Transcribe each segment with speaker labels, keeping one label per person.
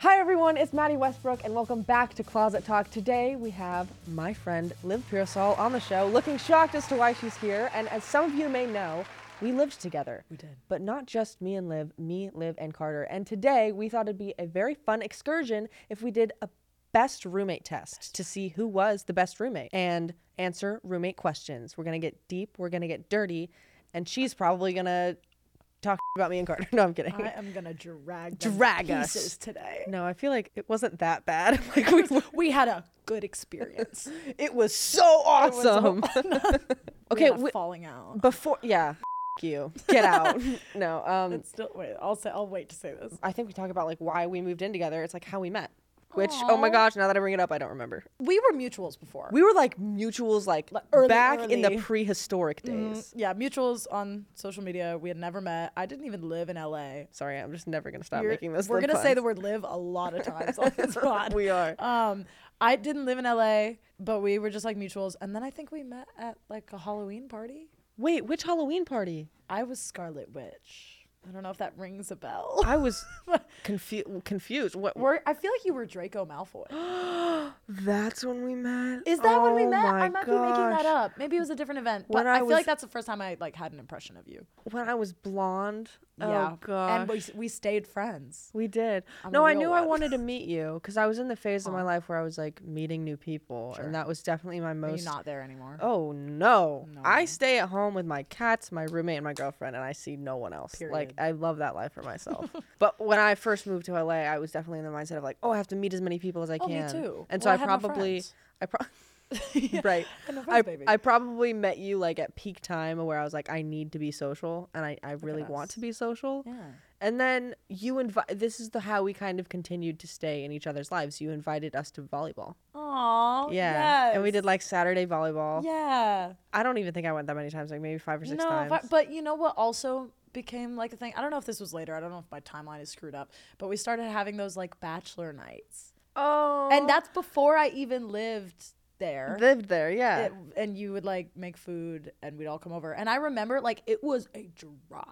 Speaker 1: Hi everyone, it's Maddie Westbrook, and welcome back to Closet Talk. Today we have my friend Liv Pearsall on the show, looking shocked as to why she's here. And as some of you may know, we lived together. We
Speaker 2: did.
Speaker 1: But not just me and Liv, me, Liv, and Carter. And today we thought it'd be a very fun excursion if we did a best roommate test to see who was the best roommate and answer roommate questions. We're gonna get deep, we're gonna get dirty, and she's probably gonna talk about me and Carter. No, I'm kidding.
Speaker 2: I am gonna drag them to
Speaker 1: Drag us.
Speaker 2: pieces today.
Speaker 1: no, I feel like it wasn't that bad. Like we
Speaker 2: We had a good experience.
Speaker 1: It was so awesome. okay,
Speaker 2: okay,
Speaker 1: we-
Speaker 2: falling out.
Speaker 1: before yeah, f- you get out. no, um,
Speaker 2: It's still wait. I'll say. I'll wait to say this.
Speaker 1: I think we talk about like why we moved in together. It's like how we met. Which oh my gosh, now that I bring it up, I don't remember.
Speaker 2: We were mutuals before.
Speaker 1: We were like mutuals, like Mm.
Speaker 2: Like, early,
Speaker 1: back in the
Speaker 2: early.
Speaker 1: prehistoric days.
Speaker 2: yeah, mutuals on social media. We had never met. I didn't even live in LA.
Speaker 1: Sorry, I'm just never gonna stop
Speaker 2: You're-
Speaker 1: making this.
Speaker 2: we're
Speaker 1: lip
Speaker 2: gonna say the
Speaker 1: puns.
Speaker 2: word "live" a lot of times on this pod.
Speaker 1: we are.
Speaker 2: Um, I didn't live in LA, but we were just like mutuals. And then I think we met at like a Halloween party.
Speaker 1: Wait, which Halloween party?
Speaker 2: I was Scarlet Witch. I don't know if that rings a bell.
Speaker 1: I was confu- confused. What?
Speaker 2: We're, I feel like you were Draco Malfoy.
Speaker 1: That's when we met.
Speaker 2: Is that when we
Speaker 1: Oh
Speaker 2: met?
Speaker 1: my
Speaker 2: I might be making
Speaker 1: gosh.
Speaker 2: that up. Maybe it was a different event.
Speaker 1: When
Speaker 2: but
Speaker 1: I
Speaker 2: I, feel
Speaker 1: was-
Speaker 2: like that's the first time I like had an impression of you.
Speaker 1: When I was blonde. Oh gosh.
Speaker 2: And we, we stayed friends.
Speaker 1: We did.
Speaker 2: I'm
Speaker 1: no,
Speaker 2: a
Speaker 1: I
Speaker 2: real
Speaker 1: knew I
Speaker 2: one. Uh-huh.
Speaker 1: wanted to meet you because I was in the phase of my life where I was like meeting new people, and that was definitely my
Speaker 2: Are you
Speaker 1: most.
Speaker 2: not there anymore?
Speaker 1: Oh no. I
Speaker 2: No.
Speaker 1: stay at home with my cats, my roommate, and my girlfriend, and I see no one else. Like
Speaker 2: Period.
Speaker 1: I love that life for myself. but when I first moved to LA, I was definitely in the mindset of like, oh, I have to meet as many people as I
Speaker 2: Oh, me
Speaker 1: can.
Speaker 2: too.
Speaker 1: And so I,
Speaker 2: Well, I had my
Speaker 1: probably,
Speaker 2: friends.
Speaker 1: I
Speaker 2: Oh,
Speaker 1: probably, right.
Speaker 2: had my
Speaker 1: I,
Speaker 2: friends, baby.
Speaker 1: I probably met you like at peak time where I was like, I need to be social, and I, I really want
Speaker 2: us.
Speaker 1: to be social.
Speaker 2: Yeah.
Speaker 1: And then you invite. This is the how we kind of continued to stay in each other's lives. You invited us to volleyball.
Speaker 2: Aw.
Speaker 1: Yeah, and we
Speaker 2: Oh, yes.
Speaker 1: did like Saturday volleyball.
Speaker 2: Yeah.
Speaker 1: I don't even think I went that many times. Like maybe five or six
Speaker 2: no,
Speaker 1: times.
Speaker 2: but, but you know what also became like a thing? I don't know if this was later. I don't know if my timeline is screwed up, but we started having those like bachelor nights.
Speaker 1: oh,
Speaker 2: And that's before I even lived there.
Speaker 1: lived there. Yeah.
Speaker 2: it, and you would like make food and we'd all come over and i remember like it was a drive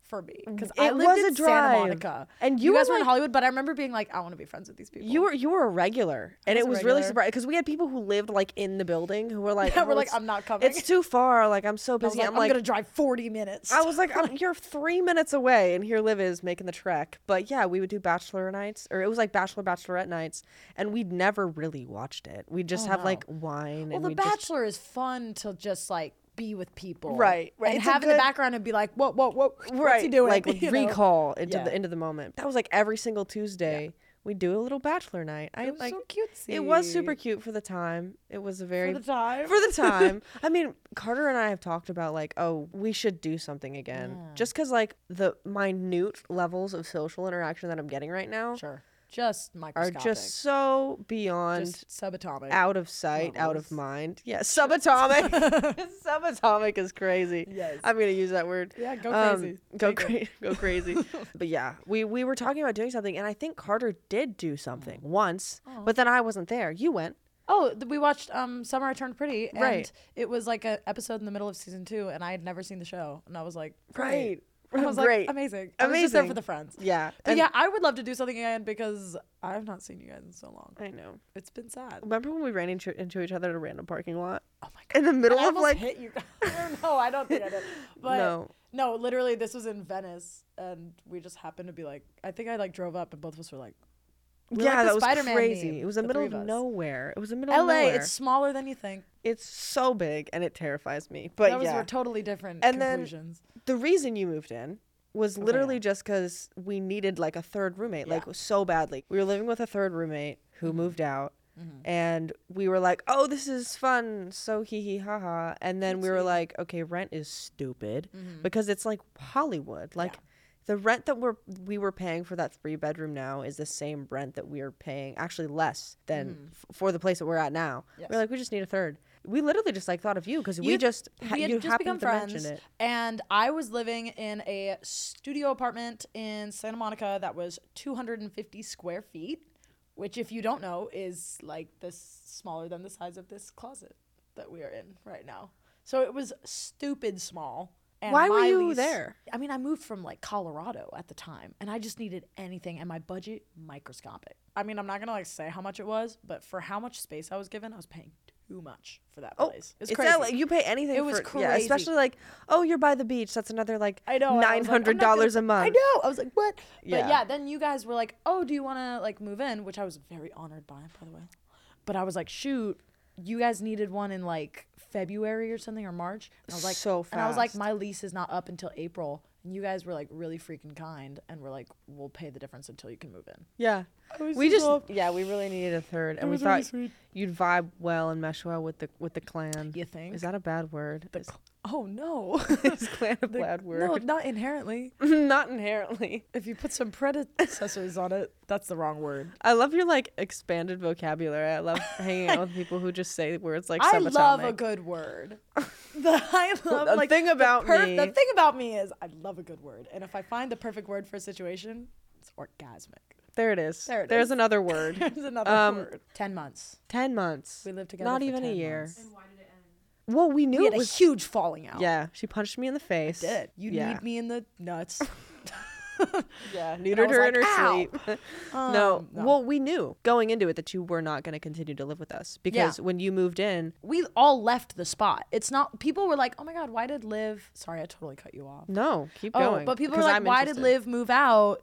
Speaker 2: for me because i
Speaker 1: It
Speaker 2: lived
Speaker 1: was
Speaker 2: in
Speaker 1: a drive.
Speaker 2: santa monica
Speaker 1: And you were,
Speaker 2: guys were in
Speaker 1: like-
Speaker 2: hollywood but i remember being like i want to be friends with these people
Speaker 1: you were you were a regular, and it
Speaker 2: was a
Speaker 1: was really
Speaker 2: regular.
Speaker 1: surprising because we had people who lived like in the building who were like,
Speaker 2: Yeah, we're
Speaker 1: "Oh,
Speaker 2: like,
Speaker 1: it's-
Speaker 2: "I'm not coming."
Speaker 1: It's too far. Like I'm so
Speaker 2: I was
Speaker 1: busy.
Speaker 2: like,
Speaker 1: I'm
Speaker 2: i'm
Speaker 1: like,
Speaker 2: gonna drive 40 minutes
Speaker 1: I was like, I'm, you're three minutes away, and here Liv is making the trek. But yeah, we would do bachelor nights, or it was like bachelor bachelorette nights, and we'd never really watched it. We'd just have like wine.
Speaker 2: Oh, well
Speaker 1: and
Speaker 2: the
Speaker 1: we'd just-
Speaker 2: bachelor is fun to just like be with people
Speaker 1: Right, right.
Speaker 2: and
Speaker 1: It's a
Speaker 2: have in
Speaker 1: good-
Speaker 2: the background and be like whoa whoa whoa what's he
Speaker 1: right?
Speaker 2: doing
Speaker 1: like
Speaker 2: You know?
Speaker 1: recall into
Speaker 2: Yeah.
Speaker 1: the into the moment. That was like every single Tuesday. We'd do a little bachelor night. I
Speaker 2: was
Speaker 1: like
Speaker 2: so
Speaker 1: It was super
Speaker 2: cutesy.
Speaker 1: cute for the time. It was a very
Speaker 2: the time.
Speaker 1: For the time. I mean, Carter and I have talked about like, oh, we should do something again. Just because like the minute levels of social interaction that I'm getting right now,
Speaker 2: sure just
Speaker 1: are
Speaker 2: microscopic
Speaker 1: just so beyond
Speaker 2: just subatomic
Speaker 1: out of sight, out of mind. Yeah, subatomic. subatomic is crazy.
Speaker 2: Yes.
Speaker 1: I'm gonna use that word. Um,
Speaker 2: Yeah, go crazy.
Speaker 1: Go crazy. go crazy. but yeah, we we were talking about doing something, and I think Carter did do something once, but then I wasn't there. You went.
Speaker 2: Oh, th- we watched um, Summer I Turned Pretty, and
Speaker 1: Right.
Speaker 2: it was like an episode in the middle of season two, and I had never seen the show, and I was like,
Speaker 1: Right.
Speaker 2: And I was
Speaker 1: Great.
Speaker 2: like, amazing, I was just there for
Speaker 1: Amazing.
Speaker 2: the friends.
Speaker 1: Yeah.
Speaker 2: but
Speaker 1: and-
Speaker 2: yeah, I would love to do something again because I've not seen you guys in so long.
Speaker 1: I know.
Speaker 2: It's been sad.
Speaker 1: Remember when we ran into, into each other at a random parking lot
Speaker 2: Oh my god,
Speaker 1: in the middle
Speaker 2: I
Speaker 1: of
Speaker 2: almost
Speaker 1: like
Speaker 2: hit you. guys. no, I don't think I did. But
Speaker 1: No.
Speaker 2: no. literally, this was in Venice, and we just happened to be like, I think I like drove up, and both of us were like, we're
Speaker 1: yeah,
Speaker 2: like the
Speaker 1: that was
Speaker 2: Spider-Man
Speaker 1: crazy.
Speaker 2: meme,
Speaker 1: it was the, middle
Speaker 2: three
Speaker 1: of,
Speaker 2: us.
Speaker 1: nowhere. It was the middle
Speaker 2: L.A.
Speaker 1: of nowhere.
Speaker 2: It's smaller than you think.
Speaker 1: it's so big and it terrifies me. But
Speaker 2: Those
Speaker 1: yeah,
Speaker 2: were totally different
Speaker 1: And then-
Speaker 2: conclusions.
Speaker 1: the reason you moved in was
Speaker 2: Oh
Speaker 1: literally just because we needed like a third roommate, like so badly. We were living with a third roommate who
Speaker 2: Mm-hmm.
Speaker 1: moved out, and we were like, "Oh, this is fun, so hee hee ha ha." And then we were like, "Okay, rent is stupid
Speaker 2: Mm-hmm.
Speaker 1: because it's like Hollywood, like." The rent that we're we were paying for that three bedroom now is the same rent that we are paying, actually less than
Speaker 2: Mm-hmm.
Speaker 1: f- for the place that we're at now. We're like, we just need a third. We literally just like thought of you because we
Speaker 2: You-
Speaker 1: just ha-
Speaker 2: we had
Speaker 1: you
Speaker 2: just
Speaker 1: happened
Speaker 2: become
Speaker 1: to
Speaker 2: friends,
Speaker 1: mention it.
Speaker 2: and I was living in a studio apartment in Santa Monica that was 250 square feet, which, if you don't know, is like this smaller than the size of this closet that we are in right now. So it was stupid small, And
Speaker 1: Why were
Speaker 2: my
Speaker 1: you
Speaker 2: lease-
Speaker 1: there?
Speaker 2: I mean, I moved from like Colorado at the time, and I just needed anything, and my budget microscopic. I mean, I'm not gonna like say how much it was, but for how much space I was given, I was paying too much for that place. It was
Speaker 1: Oh, it's
Speaker 2: crazy.
Speaker 1: LA. You pay anything.
Speaker 2: It was
Speaker 1: for, Yeah,
Speaker 2: crazy.
Speaker 1: especially like, oh, you're by the beach. That's another like
Speaker 2: I know. and I
Speaker 1: nine
Speaker 2: was like, I'm
Speaker 1: hundred
Speaker 2: not gonna-
Speaker 1: dollars a month.
Speaker 2: I know. I was like, what?
Speaker 1: Yeah.
Speaker 2: But yeah, then you guys were like, oh, do you want to like move in? Which I was very honored by, by the way. But I was like, shoot, you guys needed one in like February or something or March. And I was like,
Speaker 1: So
Speaker 2: And I was like,
Speaker 1: fast.
Speaker 2: my lease is not up until April. And you guys were like really freaking kind and were like, we'll pay the difference until you can move in.
Speaker 1: Yeah.
Speaker 2: was
Speaker 1: We
Speaker 2: so
Speaker 1: just
Speaker 2: soft.
Speaker 1: yeah, we really needed a third, and we
Speaker 2: was really
Speaker 1: thought
Speaker 2: sweet.
Speaker 1: you'd vibe well and mesh well with the with the clan.
Speaker 2: You think?
Speaker 1: Is that a bad word? Is,
Speaker 2: oh no.
Speaker 1: is clan a bad
Speaker 2: No,
Speaker 1: word?
Speaker 2: not inherently.
Speaker 1: Not inherently.
Speaker 2: If you put some predecessors on it, that's the wrong word.
Speaker 1: I love your like expanded vocabulary. I love hanging out with people who just say words like
Speaker 2: I love a
Speaker 1: subatomic.
Speaker 2: good word. The, I love
Speaker 1: The
Speaker 2: like,
Speaker 1: thing about
Speaker 2: the
Speaker 1: me-
Speaker 2: The thing about me is I love a good word, and if I find the perfect word for a situation, it's orgasmic.
Speaker 1: There it is.
Speaker 2: There it
Speaker 1: There's
Speaker 2: is.
Speaker 1: another word.
Speaker 2: There's another
Speaker 1: Um,
Speaker 2: word. Ten months.
Speaker 1: ten months.
Speaker 2: We lived together.
Speaker 1: Not
Speaker 2: for
Speaker 1: even
Speaker 2: 10
Speaker 1: a year.
Speaker 2: months.
Speaker 3: Why did it end?
Speaker 1: Well, we knew
Speaker 2: We had
Speaker 1: it
Speaker 2: a
Speaker 1: was.
Speaker 2: huge falling out.
Speaker 1: yeah, she punched me in the face.
Speaker 2: Did you
Speaker 1: yeah.
Speaker 2: need me in the nuts?
Speaker 1: Yeah,
Speaker 2: I
Speaker 1: neutered
Speaker 2: was
Speaker 1: her
Speaker 2: like,
Speaker 1: in her
Speaker 2: "Ow."
Speaker 1: sleep.
Speaker 2: Um,
Speaker 1: no. well, we knew going into it that you were not going to continue to live with us because when you moved in,
Speaker 2: we all left the spot. It's not. People were like, "Oh my god, why did Liv?" Sorry, I totally cut you off.
Speaker 1: no, keep
Speaker 2: Oh,
Speaker 1: going.
Speaker 2: but people were
Speaker 1: because
Speaker 2: like,
Speaker 1: I'm
Speaker 2: why
Speaker 1: interested."
Speaker 2: did Liv move out?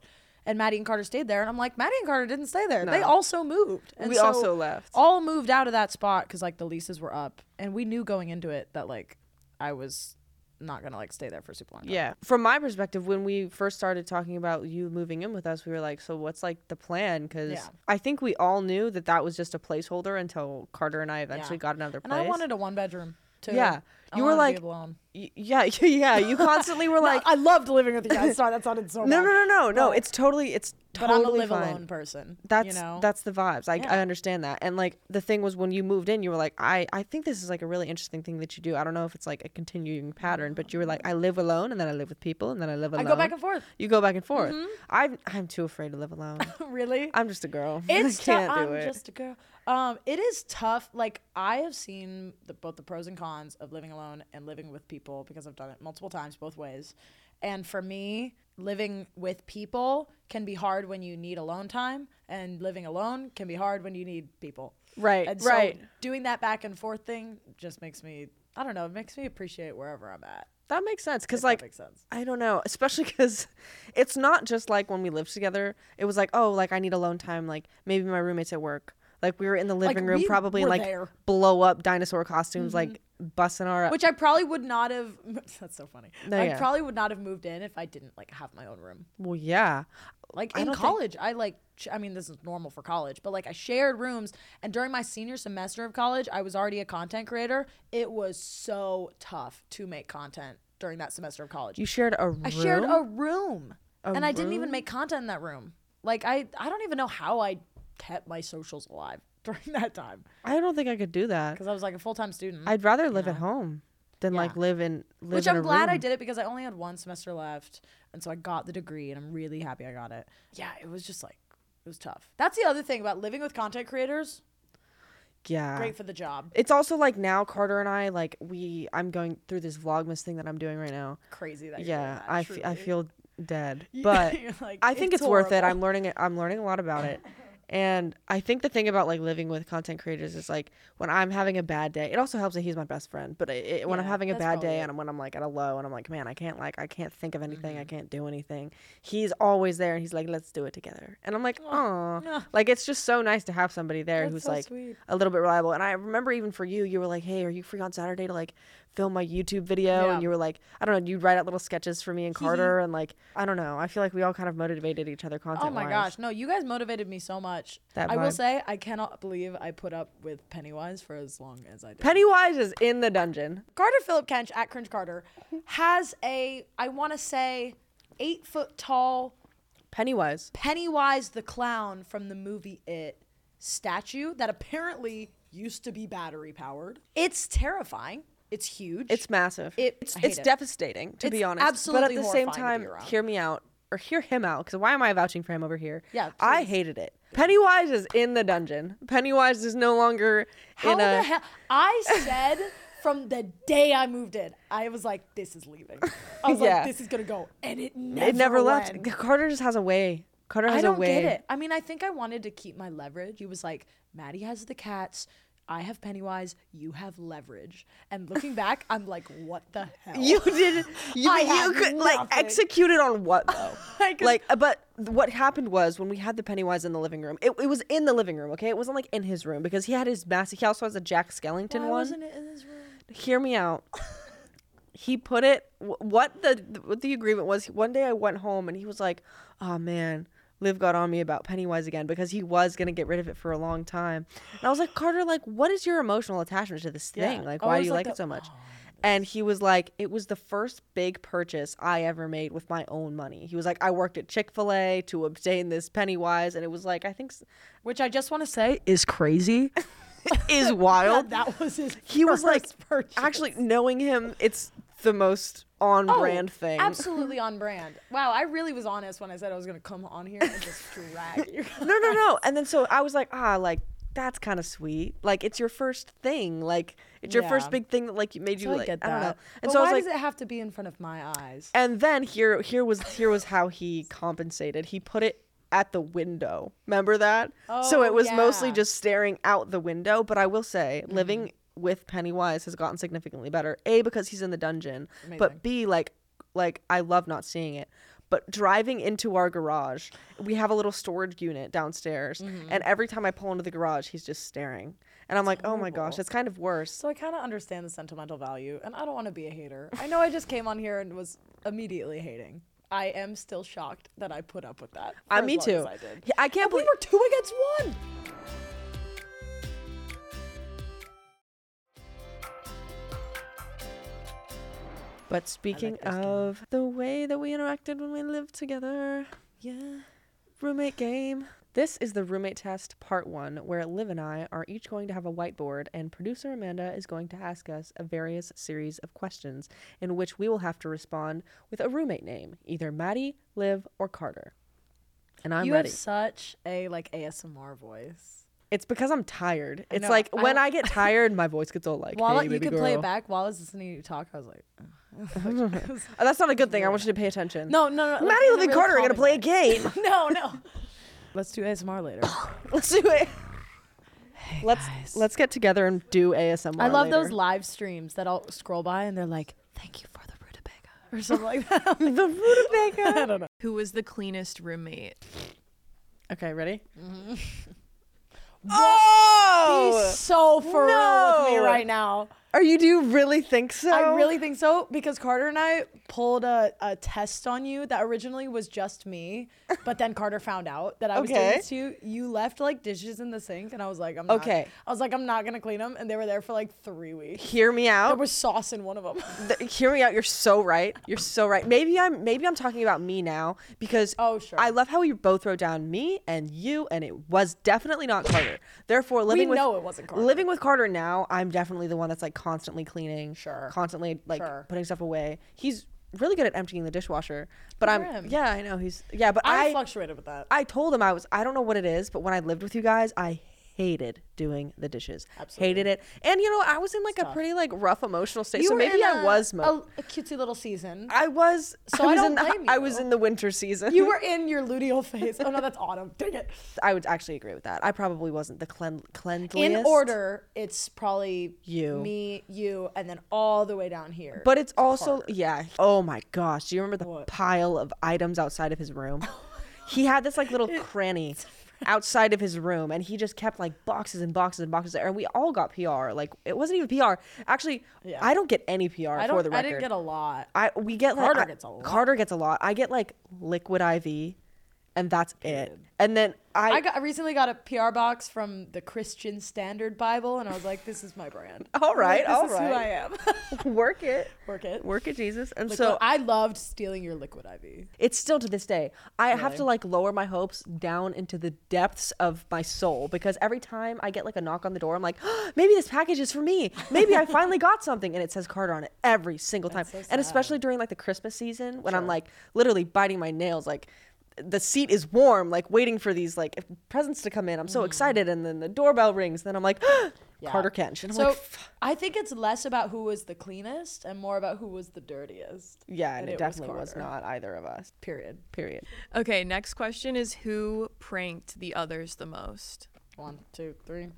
Speaker 2: And Maddie and Carter stayed there, and I'm like, Maddie and Carter didn't stay there. They
Speaker 1: No.
Speaker 2: also moved. And
Speaker 1: We
Speaker 2: so
Speaker 1: also left.
Speaker 2: All moved out of that spot because like the leases were up, and we knew going into it that like I was not gonna like stay there for super long. time.
Speaker 1: Yeah. From my perspective, when we first started talking about you moving in with us, we were like, so what's like the plan? Because
Speaker 2: Yeah.
Speaker 1: I think we all knew that that was just a placeholder until Carter and I eventually got another
Speaker 2: And
Speaker 1: place.
Speaker 2: I wanted a one bedroom too.
Speaker 1: Yeah.
Speaker 2: I
Speaker 1: You were
Speaker 2: wanted to
Speaker 1: like-
Speaker 2: be alone.
Speaker 1: Y- yeah, yeah. You constantly were like,
Speaker 2: I loved living with you guys. Sorry, that sounded so.
Speaker 1: no, no, no, no, no.
Speaker 2: No.
Speaker 1: It's totally, it's
Speaker 2: But
Speaker 1: totally
Speaker 2: I'm a live
Speaker 1: fine.
Speaker 2: alone person.
Speaker 1: That's
Speaker 2: you know?
Speaker 1: that's the vibes. I, I
Speaker 2: Yeah.
Speaker 1: understand that. And like the thing was when you moved in, you were like, I, I think this is like a really interesting thing that you do. I don't know if it's like a continuing pattern, but you were like, I live alone and then I live with people and then I live
Speaker 2: I
Speaker 1: alone.
Speaker 2: go back and Mm-hmm. forth.
Speaker 1: You go back and forth. I'm I'm too afraid to live alone.
Speaker 2: really?
Speaker 1: I'm just a girl.
Speaker 2: It's
Speaker 1: I
Speaker 2: tough.
Speaker 1: can't do
Speaker 2: I'm
Speaker 1: it.
Speaker 2: just a girl. Um, it is tough. Like I have seen the, both the pros and cons of living alone and living with people because I've done it multiple times both ways. And for me, living with people can be hard when you need alone time, and living alone can be hard when you need people.
Speaker 1: Right,
Speaker 2: And so
Speaker 1: right.
Speaker 2: Doing that back and forth thing just makes me. I don't know. It makes me appreciate wherever I'm at.
Speaker 1: that makes sense
Speaker 2: if
Speaker 1: because
Speaker 2: that
Speaker 1: like
Speaker 2: makes sense.
Speaker 1: I don't know, especially because it's not just like when we lived together. It was like, oh, like I need alone time. Like maybe my roommate's at work. Like we were in the living room,
Speaker 2: we
Speaker 1: probably in,
Speaker 2: were
Speaker 1: like
Speaker 2: there. Mm-hmm.
Speaker 1: blow up dinosaur costumes, like busting our.
Speaker 2: Which I probably would not have. That's so funny.
Speaker 1: No,
Speaker 2: I
Speaker 1: yeah. probably
Speaker 2: probably would not have moved in if I didn't like have my own room.
Speaker 1: well, yeah,
Speaker 2: like
Speaker 1: I
Speaker 2: in
Speaker 1: don't think-
Speaker 2: college i like sh- i mean this is normal for college but like i shared rooms and during my senior semester of college i was already a content creator it was so tough to make content during that semester of college
Speaker 1: you shared a room.
Speaker 2: i shared a room
Speaker 1: A
Speaker 2: and i didn't even
Speaker 1: room?
Speaker 2: make content in that room like i i don't even know how i kept my socials alive during that time
Speaker 1: I don't think I could do that.
Speaker 2: because i was like a full-time student
Speaker 1: I'd rather live at home than like
Speaker 2: Yeah.
Speaker 1: live in. Live
Speaker 2: which
Speaker 1: in
Speaker 2: I'm
Speaker 1: a
Speaker 2: glad I
Speaker 1: room.
Speaker 2: did it because I only had one semester left, and so I got the degree, and I'm really happy I got it. Yeah, it was just like it was tough. That's the other thing about living with content creators.
Speaker 1: Yeah.
Speaker 2: Great for the job,
Speaker 1: It's also like now Carter and I like we I'm going through this vlogmas thing that I'm doing right now.
Speaker 2: crazy that. You're doing
Speaker 1: Yeah,
Speaker 2: that,
Speaker 1: I, f- I
Speaker 2: truly.
Speaker 1: feel dead,
Speaker 2: You're
Speaker 1: but
Speaker 2: like,
Speaker 1: I think it's, worth it.
Speaker 2: horrible.
Speaker 1: I'm learning it. I'm learning a lot about it. And I think the thing about like living with content creators is like when I'm having a bad day, it also helps that he's my best friend. But it, it- when I'm
Speaker 2: Yeah,
Speaker 1: having a
Speaker 2: that's
Speaker 1: bad
Speaker 2: probably
Speaker 1: day
Speaker 2: it.
Speaker 1: and when I'm like at a low and I'm like, man, I can't like I can't think of anything,
Speaker 2: Mm-hmm.
Speaker 1: I can't do anything. He's always there and he's like, let's do it together. And I'm like, oh,
Speaker 2: yeah.
Speaker 1: like it's just so nice to have somebody there
Speaker 2: That's
Speaker 1: who's
Speaker 2: so
Speaker 1: like
Speaker 2: sweet.
Speaker 1: a little bit reliable. And I remember even for you, you were like, hey, are you free on Saturday to like film my YouTube video?
Speaker 2: Yeah.
Speaker 1: And you were like, I don't know, you'd write out little sketches for me and Carter. and like, I don't know. I feel like we all kind of motivated each other content
Speaker 2: Oh my gosh, no! You guys motivated me so much.
Speaker 1: That
Speaker 2: I will
Speaker 1: vibe.
Speaker 2: say, I cannot believe I put up with Pennywise for as long as I did.
Speaker 1: Pennywise is in the dungeon.
Speaker 2: Carter Philip Kench at Cringe Carter has a, I want to say, eight foot tall
Speaker 1: Pennywise.
Speaker 2: Pennywise the clown from the movie It statue that apparently used to be battery powered. It's terrifying. It's huge.
Speaker 1: It's massive.
Speaker 2: It-
Speaker 1: it's
Speaker 2: I hate
Speaker 1: it's
Speaker 2: it.
Speaker 1: devastating, to
Speaker 2: It's
Speaker 1: be honest. but
Speaker 2: absolutely
Speaker 1: at the same
Speaker 2: horrifying to
Speaker 1: time,
Speaker 2: be around.
Speaker 1: hear me out or hear him out because why am I vouching for him over here?
Speaker 2: Yeah,
Speaker 1: I
Speaker 2: please.
Speaker 1: hated it. Pennywise is in the dungeon. Pennywise is no longer
Speaker 2: how
Speaker 1: in
Speaker 2: the
Speaker 1: a.
Speaker 2: hell? I said from the day I moved in, I was like, this is leaving. I was
Speaker 1: Yeah.
Speaker 2: like, this is gonna go, and it never.
Speaker 1: it never left.
Speaker 2: went.
Speaker 1: Carter just has a way. Carter has
Speaker 2: I
Speaker 1: a
Speaker 2: don't
Speaker 1: way.
Speaker 2: get it. I mean, I think I wanted to keep my leverage. He was like, Maddie has the cats. I have Pennywise. You have leverage. And looking back, I'm like, what the hell?
Speaker 1: You did. You,
Speaker 2: I
Speaker 1: you
Speaker 2: had
Speaker 1: could like
Speaker 2: nothing.
Speaker 1: execute it on what though?
Speaker 2: I could-
Speaker 1: like, uh, but what happened was when we had the Pennywise in the living room. It, it was in the living room, okay? It wasn't like in his room because he had his massive. He also has a Jack Skellington
Speaker 2: Why
Speaker 1: one.
Speaker 2: wasn't it in his room?
Speaker 1: hear me out. He put it. wh- What the what the agreement was. One day I went home and he was like, "Oh man, Liv got on me about Pennywise again because he was gonna get rid of it for a long time." And I was like, "Carter, like, what is your emotional attachment to this thing?
Speaker 2: Yeah. Oh,
Speaker 1: Like,
Speaker 2: I
Speaker 1: why do
Speaker 2: was
Speaker 1: you like, it
Speaker 2: like the-
Speaker 1: so much?" And he was like, "It was the first big purchase I ever made with my own money." He was like, "I worked at Chick Fil A to obtain this Pennywise," and it was like, I think s-
Speaker 2: Which I just want to say is crazy.
Speaker 1: is wild.
Speaker 2: that, that was his.
Speaker 1: he was like
Speaker 2: first purchase.
Speaker 1: actually knowing him it's the most on
Speaker 2: Oh,
Speaker 1: brand thing
Speaker 2: Absolutely on brand. Wow, I really was honest when I said I was gonna come on here and just drag you.
Speaker 1: no no no and then so i was like ah like that's kind of sweet like it's your first thing like it's your first
Speaker 2: Yeah.
Speaker 1: big thing that like you made you
Speaker 2: So
Speaker 1: like
Speaker 2: I get that.
Speaker 1: don't know and
Speaker 2: But
Speaker 1: so i was
Speaker 2: why
Speaker 1: like
Speaker 2: does it have to be in front of my eyes?
Speaker 1: and then here here was here was how he compensated he put it at the window remember that so
Speaker 2: Oh,
Speaker 1: it was mostly
Speaker 2: yeah. Mm-hmm.
Speaker 1: just staring out the window but i will say living with pennywise has gotten significantly better a because he's in the dungeon but
Speaker 2: Amazing.
Speaker 1: b like like i love not seeing it but driving into our garage we have a little storage unit downstairs
Speaker 2: Mm-hmm.
Speaker 1: and every time i pull into the garage he's just staring and i'm like oh my gosh
Speaker 2: horrible.
Speaker 1: that's kind of worse
Speaker 2: So I kind of understand the sentimental value, and I don't want to be a hater. I know I just came on here and was immediately hating. I am still shocked that I put up with that. for
Speaker 1: i
Speaker 2: as
Speaker 1: Ah, me
Speaker 2: long
Speaker 1: too
Speaker 2: as I did.
Speaker 1: i can't
Speaker 2: And we
Speaker 1: believe
Speaker 2: were two against one.
Speaker 1: But speaking
Speaker 2: this game.
Speaker 1: of the way that we interacted when we lived together,
Speaker 2: Yeah.
Speaker 1: roommate game. This is the roommate test part one, where Liv and I are each going to have a whiteboard, and producer Amanda is going to ask us a various series of questions in which we will have to respond with a roommate name, either Maddie, Liv, or Carter. And I'm
Speaker 2: you
Speaker 1: ready.
Speaker 2: have such a like ASMR voice.
Speaker 1: It's because I'm tired. It's
Speaker 2: know,
Speaker 1: like
Speaker 2: I
Speaker 1: when
Speaker 2: don't-
Speaker 1: I get tired, my voice gets all like,
Speaker 2: While
Speaker 1: "Hey,
Speaker 2: you
Speaker 1: baby
Speaker 2: could play
Speaker 1: girl."
Speaker 2: it back while I was listening to you talk, I was like, ugh.
Speaker 1: Oh, that's not a good thing. I want you to pay attention.
Speaker 2: no, no, no.
Speaker 1: Maddie, Liv, and Carter are gonna play a
Speaker 2: game.
Speaker 1: game.
Speaker 2: no, no. Let's do ASMR later.
Speaker 1: Let's do it. let's
Speaker 2: guys.
Speaker 1: let's get together and do ASMR.
Speaker 2: I love
Speaker 1: later.
Speaker 2: those live streams that I'll scroll by and they're like, "Thank you for the rutabaga" or something like that.
Speaker 1: the rutabaga.
Speaker 2: I don't know.
Speaker 3: Who was the cleanest roommate?
Speaker 1: Okay, ready?
Speaker 2: Be so for real with me
Speaker 1: Oh. No.
Speaker 2: right now.
Speaker 1: Are you? Do you really think so?
Speaker 2: I really think so because Carter and I pulled a, a test on you that originally was just me, but then Carter found out that I was
Speaker 1: Okay.
Speaker 2: doing this to you. You left like dishes in the sink, and I was like, "I'm not-
Speaker 1: Okay.
Speaker 2: I was like, "I'm not gonna clean them," and they were there for like three weeks.
Speaker 1: Hear me
Speaker 2: There
Speaker 1: out.
Speaker 2: was sauce in one of them.
Speaker 1: Th- hear me out. You're so right. You're so right. Maybe I'm. Maybe I'm talking about me now because.
Speaker 2: Oh, sure.
Speaker 1: I love how we both wrote down me and you, and it was definitely not Carter. Therefore, living with
Speaker 2: know it wasn't Carter.
Speaker 1: Living with Carter now, I'm definitely the one that's like constantly cleaning,
Speaker 2: Sure.
Speaker 1: constantly like
Speaker 2: Sure.
Speaker 1: putting stuff away. He's really good at emptying the dishwasher, but
Speaker 2: Good
Speaker 1: I'm
Speaker 2: for him.
Speaker 1: yeah, I know he's yeah, but
Speaker 2: I,
Speaker 1: I
Speaker 2: fluctuated with that.
Speaker 1: I told him I was I don't know what it is, but when I lived with you guys, I hated doing the dishes. Hated it. And you know, I was in like a pretty like rough emotional state. so
Speaker 2: were
Speaker 1: maybe
Speaker 2: in
Speaker 1: I
Speaker 2: a-
Speaker 1: was mo-
Speaker 2: a, a cutesy little season.
Speaker 1: I was
Speaker 2: So
Speaker 1: I
Speaker 2: I
Speaker 1: was
Speaker 2: don't
Speaker 1: in the,
Speaker 2: blame
Speaker 1: I was
Speaker 2: you.
Speaker 1: in the winter season.
Speaker 2: You were in your luteal phase. Oh no, that's autumn. Dang it.
Speaker 1: I would actually agree with that. I probably wasn't the clean cleanliest.
Speaker 2: In order, it's probably
Speaker 1: You.
Speaker 2: me, you, and then all the way down here.
Speaker 1: But it's also yeah. Oh my gosh, do you remember the
Speaker 2: What?
Speaker 1: pile of items outside of his room? he had this like little cranny outside of his room and he just kept like boxes and boxes and boxes there, and we all got PR. Like it wasn't even PR. Actually,
Speaker 2: Yeah.
Speaker 1: I don't get any PR
Speaker 2: I
Speaker 1: for
Speaker 2: don't.
Speaker 1: the record.
Speaker 2: I didn't get a lot.
Speaker 1: I we get like
Speaker 2: Carter
Speaker 1: I-
Speaker 2: gets a lot.
Speaker 1: Carter gets a lot. I get like liquid IV and that's it. And then I,
Speaker 2: I, got, I recently got a PR box from the Christian Standard Bible, and I was like, "This is my brand.
Speaker 1: All right,
Speaker 2: like,
Speaker 1: all
Speaker 2: this
Speaker 1: right.
Speaker 2: is who I am.
Speaker 1: work it.
Speaker 2: Work it.
Speaker 1: Work it, Jesus. And
Speaker 2: Like,
Speaker 1: so
Speaker 2: I loved stealing your liquid IV.
Speaker 1: it's still to this day i have
Speaker 2: Really?
Speaker 1: to like lower my hopes down into the depths of my soul because every time i get like a knock on the door i'm like maybe this package is for me maybe i finally got something and it says carter on it every single time
Speaker 2: That's so
Speaker 1: and
Speaker 2: sad.
Speaker 1: especially during like the christmas season when i'm like literally biting my nails like the seat is warm like waiting for these like presents to come in i'm so excited and then the doorbell rings then i'm like
Speaker 2: Mm-hmm. Yeah.
Speaker 1: Carter Kench. And I'm
Speaker 2: so
Speaker 1: like, "Fuck."
Speaker 2: I think it's less about who was the cleanest and more about who was the dirtiest.
Speaker 1: yeah, and
Speaker 2: And
Speaker 1: it,
Speaker 2: it was
Speaker 1: definitely was,
Speaker 2: Carter.
Speaker 1: not either of us.
Speaker 2: Period.
Speaker 1: Period.
Speaker 3: Okay, next question is who pranked the others the most?
Speaker 2: One, two, three.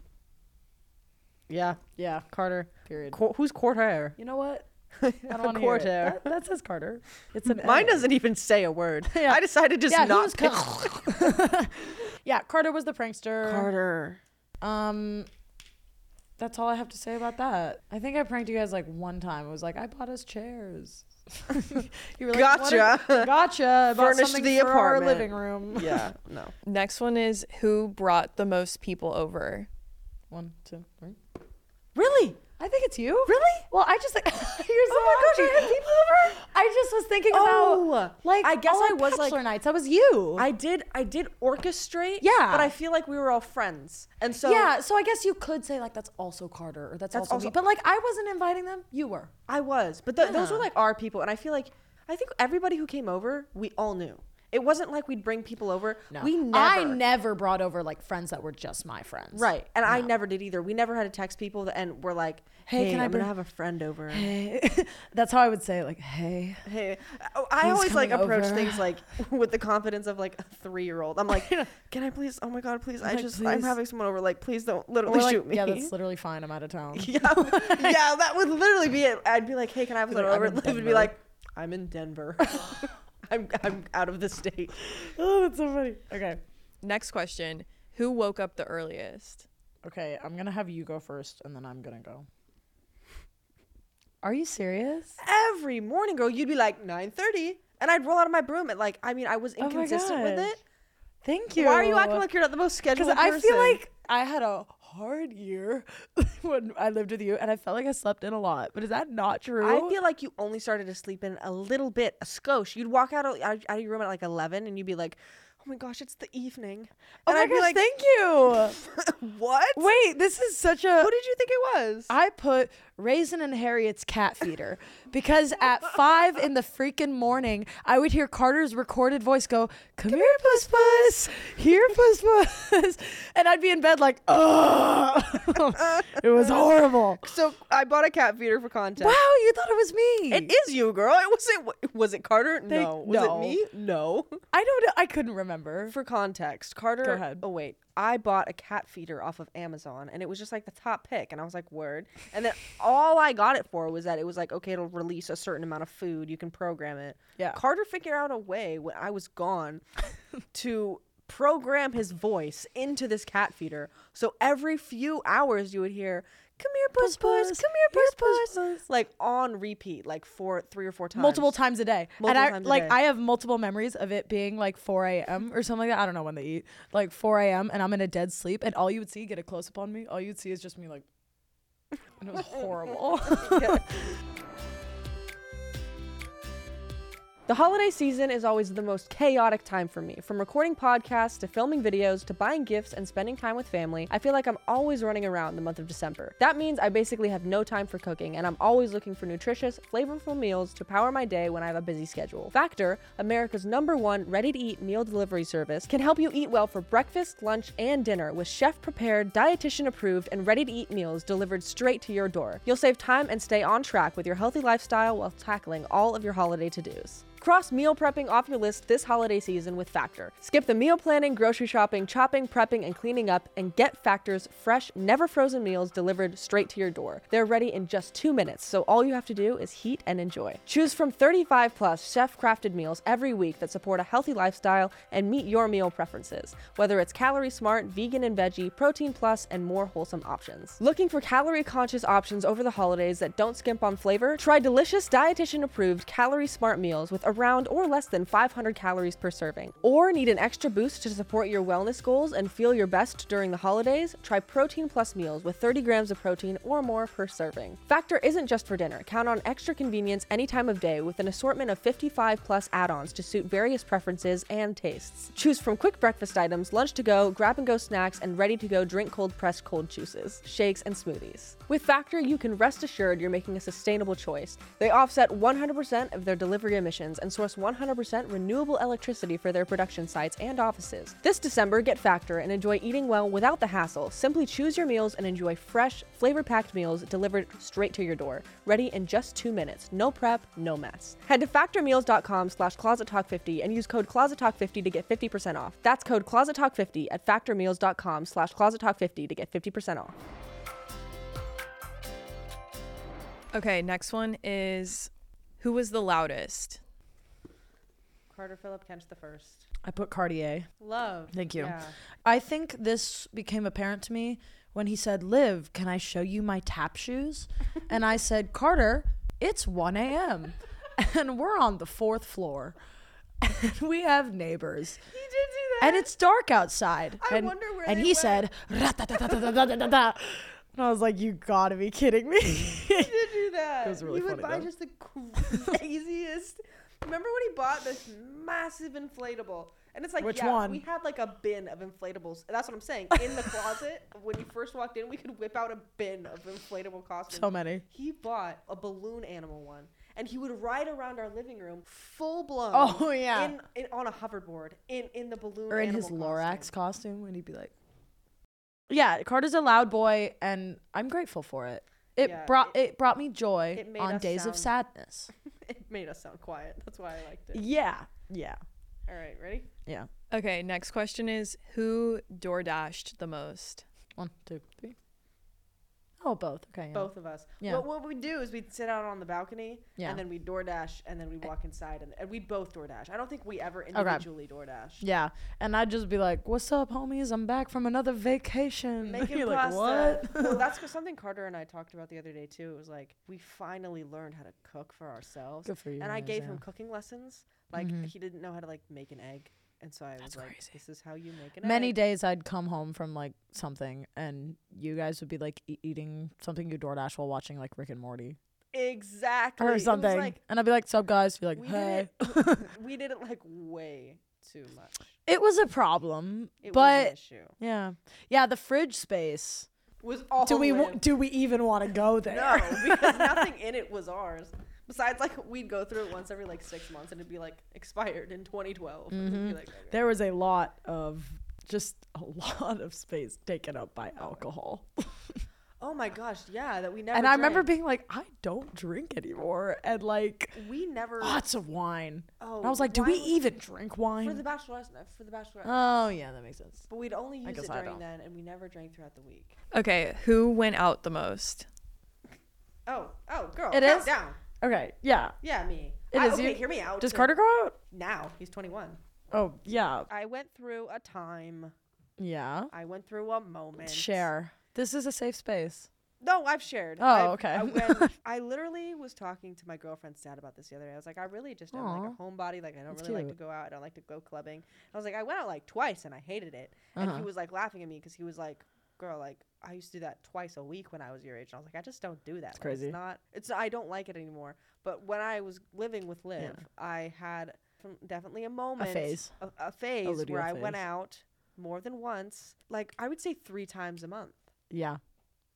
Speaker 1: Yeah,
Speaker 2: Yeah.
Speaker 1: Carter.
Speaker 2: Period.
Speaker 1: Cor- who's Carter?
Speaker 2: You know what? I don't want to hear it.
Speaker 1: Quarter.
Speaker 2: That, that says Carter. It's an
Speaker 1: Mine
Speaker 2: edit.
Speaker 1: doesn't even say a word.
Speaker 2: Yeah.
Speaker 1: I decided just
Speaker 2: Yeah, he
Speaker 1: not
Speaker 2: was
Speaker 1: pick
Speaker 2: Car- yeah, Carter was the prankster.
Speaker 1: Carter.
Speaker 2: Um, that's all I have to say about that. I think I pranked you guys like one time. It was like I bought us chairs. you were "What are-
Speaker 1: Gotcha.
Speaker 2: gotcha. I Bought
Speaker 1: Furnished
Speaker 2: something
Speaker 1: the
Speaker 2: for our
Speaker 1: apartment."
Speaker 2: living room.
Speaker 1: Yeah, no.
Speaker 3: Next one is who brought the most people over?
Speaker 2: One, two, three. Really? I think it's you. Really? Well, I just like you're so
Speaker 1: Oh my gosh, I
Speaker 2: happy.
Speaker 1: had people over?
Speaker 2: I just was thinking
Speaker 1: Oh,
Speaker 2: about like
Speaker 1: I guess
Speaker 2: all
Speaker 1: I
Speaker 2: our
Speaker 1: was, like-
Speaker 2: bachelor nights. That was you.
Speaker 1: I did. I did orchestrate.
Speaker 2: Yeah.
Speaker 1: but I feel like we were all friends, and so
Speaker 2: yeah, so I guess you could say like that's also Carter or that's,
Speaker 1: That's
Speaker 2: also, me.
Speaker 1: also-
Speaker 2: But like I wasn't inviting them, you were.
Speaker 1: I was. But th- those were
Speaker 2: Yeah.
Speaker 1: like our people, and I feel like I think everybody who came over, we all knew. It wasn't like we'd bring people over. We never.
Speaker 2: I never brought over like friends that were just my friends.
Speaker 1: Right, and I never did either. We never had to text people that- and we're like, "Hey,
Speaker 2: Hey, can
Speaker 1: I
Speaker 2: I
Speaker 1: am
Speaker 2: bring-
Speaker 1: gonna have a friend over." Hey,
Speaker 2: Hey. that's how I would say it, like hey.
Speaker 1: Oh, I
Speaker 2: Who's
Speaker 1: always like
Speaker 2: coming
Speaker 1: approach
Speaker 2: over?
Speaker 1: things like with the confidence of like a three year old. I'm like, "Can I please? Oh my god, please! I
Speaker 2: Like,
Speaker 1: just I'm
Speaker 2: please.
Speaker 1: having someone over. Like, please don't
Speaker 2: Or,
Speaker 1: literally
Speaker 2: like,
Speaker 1: shoot me."
Speaker 2: Yeah, that's literally fine. I'm out of town.
Speaker 1: Yeah, yeah, that would literally be it. I'd be like, "Hey, can I have a
Speaker 2: Like,
Speaker 1: little
Speaker 2: I'm
Speaker 1: over?"
Speaker 2: in
Speaker 1: Liv would be
Speaker 2: Denver.
Speaker 1: like, "I'm in Denver. I'm I'm out of the state."
Speaker 2: oh, that's so funny. Okay.
Speaker 3: Next question, who woke up the earliest?
Speaker 2: Okay, I'm gonna have you go first and then I'm gonna go. Are you serious?
Speaker 1: Every morning, girl, you'd be like 9:30, and I'd roll out of my broom at like. I mean, I was
Speaker 2: Oh my
Speaker 1: inconsistent with
Speaker 2: gosh.
Speaker 1: it.
Speaker 2: Thank you.
Speaker 1: Why are you acting like you're not the most scheduled?
Speaker 2: Because I feel
Speaker 1: person?
Speaker 2: like I had a hard year when I lived with you, and I felt like I slept in a lot. But is that not true?
Speaker 1: I feel like you only started to sleep in a little bit, a skosh. You'd walk out of, out of your room at like 11, and you'd be like, "Oh my gosh, it's the evening."
Speaker 2: Oh
Speaker 1: and
Speaker 2: my
Speaker 1: I'd be
Speaker 2: gosh! thank you.
Speaker 1: like, "What?
Speaker 2: Wait, this is such a.
Speaker 1: Who did you think it was?"
Speaker 2: I put Raisin and Harriet's cat feeder because at five in the freaking morning, I would hear Carter's recorded voice go, Come, here, puss puss, here, puss puss. And I'd be in bed like, Ugh. it was horrible.
Speaker 1: so I bought a cat feeder for content.
Speaker 2: Wow, you thought it was me.
Speaker 1: It is you, girl. It wasn't. Was it Carter?
Speaker 2: They-
Speaker 1: no. Was
Speaker 2: no.
Speaker 1: it me? No.
Speaker 2: I don't know. I couldn't remember.
Speaker 1: For context, Carter.
Speaker 2: Go ahead.
Speaker 1: Oh wait, I bought a cat feeder off of Amazon, and it was just like the top pick, and I was like, word. And then all I got it for was that it was like, okay, it'll release a certain amount of food. You can program it.
Speaker 2: Yeah.
Speaker 1: Carter figured out a way when I was gone to program his voice into this cat feeder. So every few hours, you would hear. Come here, puss puss.
Speaker 2: puss.
Speaker 1: Come here,
Speaker 2: Here,
Speaker 1: puss
Speaker 2: puss,
Speaker 1: puss. Like on repeat, like four, three or four times.
Speaker 2: multiple times a day. and
Speaker 1: Multiple
Speaker 2: I
Speaker 1: times a
Speaker 2: like
Speaker 1: day.
Speaker 2: I have multiple memories of it being like 4 a.m. or something like that. I don't know when they eat. Like 4 a.m. and I'm in a dead sleep, and all you would see get a close up on me. All you'd see is just me like, and it was horrible.
Speaker 1: The holiday season is always the most chaotic time for me. From recording podcasts to filming videos to buying gifts and spending time with family, I feel like I'm always running around the month of December. That means I basically have no time for cooking and I'm always looking for nutritious, flavorful meals to power my day when I have a busy schedule. Factor, America's number one ready to eat meal delivery service, can help you eat well for breakfast, lunch, and dinner with chef prepared, dietitian approved, and ready to eat meals delivered straight to your door. You'll save time and stay on track with your healthy lifestyle while tackling all of your holiday to dos. Cross meal prepping off your list this holiday season with Factor. Skip the meal planning, grocery shopping, chopping, prepping, and cleaning up, and get Factor's fresh, never frozen meals delivered straight to your door. They're ready in just two minutes, so all you have to do is heat and enjoy. Choose from 35 plus chef crafted meals every week that support a healthy lifestyle and meet your meal preferences, whether it's calorie smart, vegan and veggie, protein plus, and more wholesome options. Looking for calorie conscious options over the holidays that don't skimp on flavor? Try delicious, dietitian approved, calorie smart meals with around or less than 500 calories per serving. Or need an extra boost to support your wellness goals and feel your best during the holidays? Try protein plus meals with 30 grams of protein or more per serving. Factor isn't just for dinner. Count on extra convenience any time of day with an assortment of 55 plus add ons to suit various preferences and tastes. Choose from quick breakfast items, lunch to go, grab and go snacks, and ready to go drink cold pressed cold juices, shakes, and smoothies. With Factor, you can rest assured you're making a sustainable choice. They offset 100% of their delivery emissions
Speaker 4: and source 100% renewable electricity for their production sites and offices. This December, get Factor and enjoy eating well without the hassle. Simply choose your meals and enjoy fresh, flavor packed meals delivered straight to your door, ready in just two minutes. No prep, no mess. Head to factormeals.com slash closettalk50 and use code closettalk50 to get 50% off. That's code closettalk50 at factormeals.com slash closettalk50 to get 50% off.
Speaker 3: Okay, next one is who was the loudest?
Speaker 4: Carter Philip Kench the first.
Speaker 2: I put Cartier.
Speaker 4: Love.
Speaker 2: Thank you.
Speaker 4: Yeah.
Speaker 2: I think this became apparent to me when he said, Liv, can I show you my tap shoes? and I said, Carter, it's 1 a.m. and we're on the fourth floor. And we have neighbors.
Speaker 4: He did do
Speaker 2: And it's dark outside.
Speaker 4: I
Speaker 2: and,
Speaker 4: wonder where
Speaker 2: And
Speaker 4: they
Speaker 2: he
Speaker 4: went.
Speaker 2: said, "Ra-ta-ta-ta-ta-ta-ta-ta-ta." and I was like, you gotta be kidding me.
Speaker 4: did do that.
Speaker 2: It was really
Speaker 4: he would
Speaker 2: funny,
Speaker 4: buy
Speaker 2: though.
Speaker 4: just the craziest. Remember when he bought this massive inflatable? And it's like,
Speaker 2: Which
Speaker 4: yeah,
Speaker 2: one?
Speaker 4: we had like a bin of inflatables. That's what I'm saying. In the closet, when you first walked in, we could whip out a bin of inflatable costumes.
Speaker 2: so many.
Speaker 4: he bought a balloon animal one, and he would ride around our living room, full blown.
Speaker 2: Oh, yeah.
Speaker 4: in, in, on a hoverboard in in the balloon
Speaker 2: or in
Speaker 4: animal
Speaker 2: his Lorax
Speaker 4: costume.
Speaker 2: costume, and he'd be like, "Yeah, Carter's a loud boy, and I'm grateful for it. It
Speaker 4: Yeah,
Speaker 2: brought it, brought me joy
Speaker 4: it made
Speaker 2: on
Speaker 4: us
Speaker 2: days of sadness."
Speaker 4: It made us sound quiet. That's why I liked it.
Speaker 2: yeah, yeah,
Speaker 4: All right, ready?
Speaker 2: yeah.
Speaker 3: Okay, next question is who door dashed the most?
Speaker 2: One, two, three. Oh, both. Okay, yeah.
Speaker 4: both of us.
Speaker 2: Yeah.
Speaker 4: What, what we do is we'd sit out on the balcony,
Speaker 2: Yeah.
Speaker 4: and then we DoorDash, and then we'd walk inside, and, and we both DoorDash. I don't think we ever individually DoorDash.
Speaker 2: Yeah, and I'd just be like, "What's up, homies? I'm back from another vacation."
Speaker 4: Making
Speaker 2: You're like,
Speaker 4: pasta.
Speaker 2: "What?"
Speaker 4: well, that's 'cause something Carter and I talked about the other day too. It was like we finally learned how to cook for ourselves.
Speaker 2: Good for you
Speaker 4: And I
Speaker 2: guys,
Speaker 4: gave
Speaker 2: yeah. Mm-hmm.
Speaker 4: him cooking lessons. Like he didn't know how to like make an egg, and so I was like,
Speaker 2: crazy.
Speaker 4: "This is how you make an
Speaker 2: Many
Speaker 4: egg."
Speaker 2: days I'd come home from like something, and you guys would be like e- eating something you DoorDash while watching like Rick and Morty
Speaker 4: exactly. It
Speaker 2: or
Speaker 4: was
Speaker 2: something,
Speaker 4: like,
Speaker 2: and I'd be like, "Sup, guys?" Be like,
Speaker 4: we
Speaker 2: "Hey."
Speaker 4: did it. we did it like way too much.
Speaker 2: It was a problem,
Speaker 4: It was an
Speaker 2: but
Speaker 4: issue.
Speaker 2: yeah, yeah. The fridge space.
Speaker 4: Was all
Speaker 2: Do we
Speaker 4: Liv.
Speaker 2: wa- do we even want to go there?
Speaker 4: No, because nothing in it was ours. Besides, like we'd go through it once every like six months, and it'd be like expired in 2012. And it'd be like, okay.
Speaker 2: Mm-hmm. There was a lot of just a lot of space taken up by alcohol,
Speaker 4: Oh my gosh, yeah, that we never.
Speaker 2: and I remember
Speaker 4: drank.
Speaker 2: being like, I don't drink anymore, and like
Speaker 4: we never.
Speaker 2: lots of wine.
Speaker 4: Oh,
Speaker 2: and I was like, do we
Speaker 4: wine was-
Speaker 2: even drink
Speaker 4: for
Speaker 2: wine?
Speaker 4: the bachelorette, no, for the bachelorette.
Speaker 2: oh yeah, that makes sense.
Speaker 4: but we'd only use
Speaker 2: guess
Speaker 4: it
Speaker 2: I
Speaker 4: during
Speaker 2: don't.
Speaker 4: then, and we never drank throughout the week.
Speaker 3: Okay, who went out the most?
Speaker 4: Oh, oh, girl,
Speaker 2: It
Speaker 4: it
Speaker 2: is?
Speaker 4: is down.
Speaker 2: Okay, yeah.
Speaker 4: Yeah, me.
Speaker 2: It
Speaker 4: I-
Speaker 2: is
Speaker 4: okay,
Speaker 2: you-
Speaker 4: hear me out.
Speaker 2: Does
Speaker 4: too.
Speaker 2: Carter go out?
Speaker 4: now? He's 21.
Speaker 2: Oh yeah,
Speaker 4: I went through a time.
Speaker 2: yeah.
Speaker 4: I went through a moment.
Speaker 2: Share. This is a safe space.
Speaker 4: No, I've shared.
Speaker 2: Oh,
Speaker 4: I've-
Speaker 2: okay.
Speaker 4: I, when- I literally was talking to my girlfriend's dad about this the other day. I was like, I really just am like a homebody. Like, I don't
Speaker 2: That's
Speaker 4: really like to
Speaker 2: cute.
Speaker 4: go out. I don't like to go clubbing. I was like, I went out like twice and I hated it. And
Speaker 2: Uh-huh.
Speaker 4: he was like laughing at me because he was like, girl, like, I used to do that twice a week when I was your age. And I was like, I just don't do that. It's
Speaker 2: crazy.
Speaker 4: It's not, it's, I don't like it anymore. But when I was living with Liv, I had from definitely a moment,
Speaker 2: phase.
Speaker 4: a, a phase
Speaker 2: luteal
Speaker 4: where I went
Speaker 2: phase.
Speaker 4: out more than once, like, I would say three times a month.
Speaker 2: Yeah,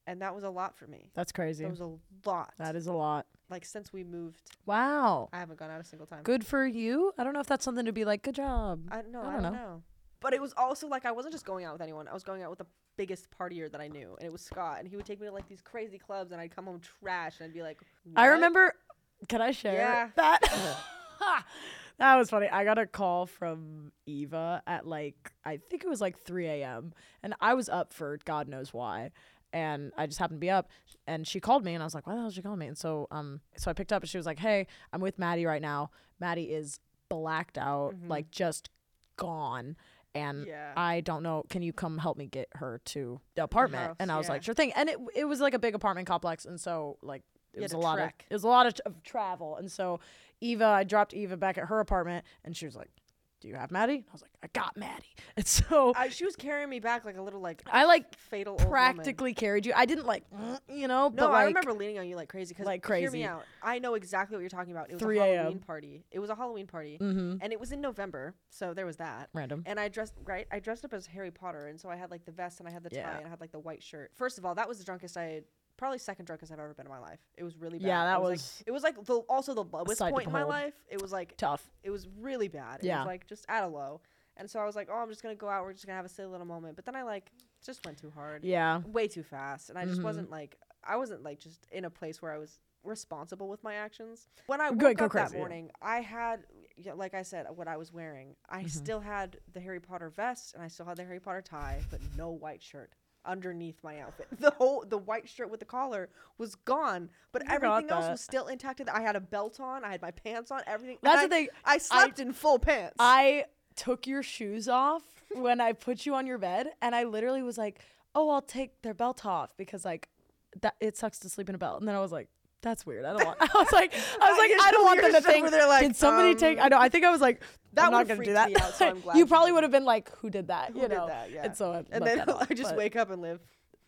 Speaker 4: And that was a lot for me.
Speaker 2: that's crazy.
Speaker 4: That was a lot.
Speaker 2: that is a lot.
Speaker 4: like since we moved,
Speaker 2: Wow.
Speaker 4: I haven't gone out a single time.
Speaker 2: Good for you. I don't know if that's something to be like, good job.
Speaker 4: I no,
Speaker 2: I
Speaker 4: I don't,
Speaker 2: don't
Speaker 4: know. But it was also like I wasn't just going out with anyone. I was going out with the biggest partier that I knew, and it was Scott. And he would take me to like these crazy clubs, and I'd come home trash, and I'd be like,
Speaker 2: I
Speaker 4: "What?"
Speaker 2: remember. Can I share
Speaker 4: Yeah.
Speaker 2: that? that was funny. I got a call from Eva at like, I think it was like 3 a.m. And I was up for God knows why. And I just happened to be up. And she called me and I was like, why the hell is she calling me? And so, um, so I picked up and she was like, hey, I'm with Maddie right now. Maddie is blacked out, like just gone. And
Speaker 4: Mm-hmm. Yeah.
Speaker 2: I don't know. Can you come help me get her to the apartment?
Speaker 4: house,
Speaker 2: and I was
Speaker 4: yeah.
Speaker 2: like, sure thing. And it it was like a big apartment complex, and so like it
Speaker 4: You had
Speaker 2: was a
Speaker 4: to
Speaker 2: lot
Speaker 4: trek.
Speaker 2: of it was a lot of, of travel. And so Eva, I dropped Eva back at her apartment, and she was like, "Do you have Maddie?" I was like, "I got Maddie." And so I,
Speaker 4: I, she was carrying me back like a little like
Speaker 2: like
Speaker 4: fatal old woman.
Speaker 2: practically carried you. I didn't like you know,
Speaker 4: No,
Speaker 2: but like,
Speaker 4: I remember leaning on you like crazy. Cause
Speaker 2: like
Speaker 4: Hear
Speaker 2: crazy.
Speaker 4: me out. I know exactly what you're talking about. It was
Speaker 2: 3
Speaker 4: a
Speaker 2: a.m..
Speaker 4: Halloween party. It was a Halloween party,
Speaker 2: Mm.
Speaker 4: and it was in November, so there was that.
Speaker 2: Mm-hmm. Random.
Speaker 4: And I dressed right. I dressed up as Harry Potter, and so I had like the vest, and I had the tie,
Speaker 2: Yeah.
Speaker 4: and I had like the white shirt. First of all, that was the drunkest I had probably second drunkest I've ever been in my life. It was really bad.
Speaker 2: Yeah, that
Speaker 4: It
Speaker 2: was-
Speaker 4: like, it was like the also the lowest
Speaker 2: Sight to
Speaker 4: point in my
Speaker 2: behold.
Speaker 4: life. It was like
Speaker 2: Tough.
Speaker 4: it was really bad. It
Speaker 2: Yeah.
Speaker 4: was like just at a low. And so I was like, oh, I'm just gonna go out. We're just gonna have a silly little moment. But then I like just went too hard.
Speaker 2: Yeah.
Speaker 4: Way too fast, and I
Speaker 2: Mm-hmm.
Speaker 4: just wasn't like I wasn't like just in a place where I was responsible with my actions. When I woke
Speaker 2: Good, go
Speaker 4: up
Speaker 2: crazy,
Speaker 4: that
Speaker 2: yeah.
Speaker 4: morning, I had, yeah, like I said, what I was wearing. I
Speaker 2: Mm-hmm.
Speaker 4: still had the Harry Potter vest and I still had the Harry Potter tie, but no white shirt underneath my outfit. The whole the white shirt with the collar was gone, but everything else
Speaker 2: that.
Speaker 4: was still intact. I had a belt on, I had my pants on, everything.
Speaker 2: That's
Speaker 4: and
Speaker 2: the
Speaker 4: I,
Speaker 2: thing,
Speaker 4: I slept in full pants.
Speaker 2: I took your shoes off when I put you on your bed, and I literally was like, "Oh, I'll take their belt off because like that it sucks to sleep in a belt." And then I was like, "That's weird. I don't want." I was like, I was like,
Speaker 4: is
Speaker 2: I
Speaker 4: the
Speaker 2: don't want them to
Speaker 4: weirdest thing
Speaker 2: think.
Speaker 4: where they're like,
Speaker 2: Did somebody
Speaker 4: um,
Speaker 2: take? I know. I think I was like,
Speaker 4: that
Speaker 2: "I'm not
Speaker 4: would've
Speaker 2: gonna do that."
Speaker 4: freaked me out, so I'm glad
Speaker 2: you
Speaker 4: you
Speaker 2: probably
Speaker 4: didn't.
Speaker 2: would have been like, "Who did that?"
Speaker 4: Who
Speaker 2: you
Speaker 4: did
Speaker 2: know.
Speaker 4: that? Yeah.
Speaker 2: And so I
Speaker 4: and
Speaker 2: left
Speaker 4: then
Speaker 2: that out,
Speaker 4: I just
Speaker 2: but-
Speaker 4: wake up and live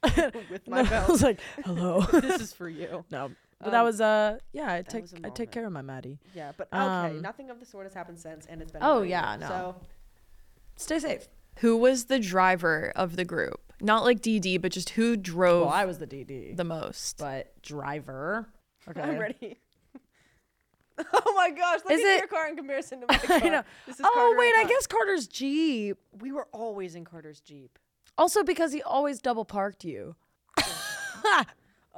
Speaker 4: with
Speaker 2: No,
Speaker 4: my
Speaker 2: I
Speaker 4: belt.
Speaker 2: was like, "Hello."
Speaker 4: this is for you.
Speaker 2: no. But that
Speaker 4: Um,
Speaker 2: was uh yeah I take
Speaker 4: was a
Speaker 2: I take
Speaker 4: moment.
Speaker 2: care of my Maddie.
Speaker 4: Yeah, but okay,
Speaker 2: Um,
Speaker 4: nothing of the sort has happened since, and it's been.
Speaker 2: Oh,
Speaker 4: about a
Speaker 2: yeah,
Speaker 4: year.
Speaker 2: no.
Speaker 4: So
Speaker 2: Stay safe.
Speaker 3: Who was the driver of the group? Not like DD, but just who drove
Speaker 2: Well, I was the DD,
Speaker 3: the most.
Speaker 2: but driver. Okay,
Speaker 4: I'm ready. oh my gosh! Look
Speaker 2: Is
Speaker 4: at
Speaker 2: it-
Speaker 4: your car in comparison to my car.
Speaker 2: I know.
Speaker 4: This is
Speaker 2: oh
Speaker 4: Carter and
Speaker 2: wait, I
Speaker 4: Con.
Speaker 2: guess Carter's Jeep.
Speaker 4: we were always in Carter's Jeep.
Speaker 2: Also because he always double parked you.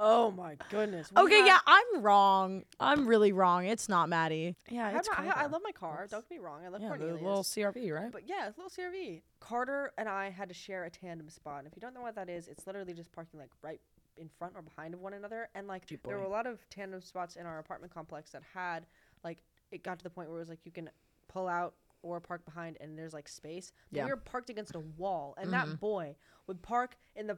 Speaker 4: Oh my goodness. We
Speaker 2: Okay,
Speaker 4: had-
Speaker 2: yeah, I'm wrong. I'm really wrong. It's not Maddie.
Speaker 4: I,
Speaker 2: Yeah,
Speaker 4: have
Speaker 2: it's
Speaker 4: my- I, I
Speaker 2: Carter.
Speaker 4: love my car. Don't get me wrong. I love
Speaker 2: yeah, the
Speaker 4: Cornelius.
Speaker 2: little CRV, right?
Speaker 4: but yeah, it's a little CRV. Carter and I had to share a tandem spot. And if you don't know what that is, it's literally just parking like right in front or behind of one another. And like there were a lot of tandem spots in our apartment complex that had like it got to the point where it was like you can pull out or park behind and there's like space. But
Speaker 2: Yeah. Mm-hmm.
Speaker 4: we were parked against a wall and that boy would park in the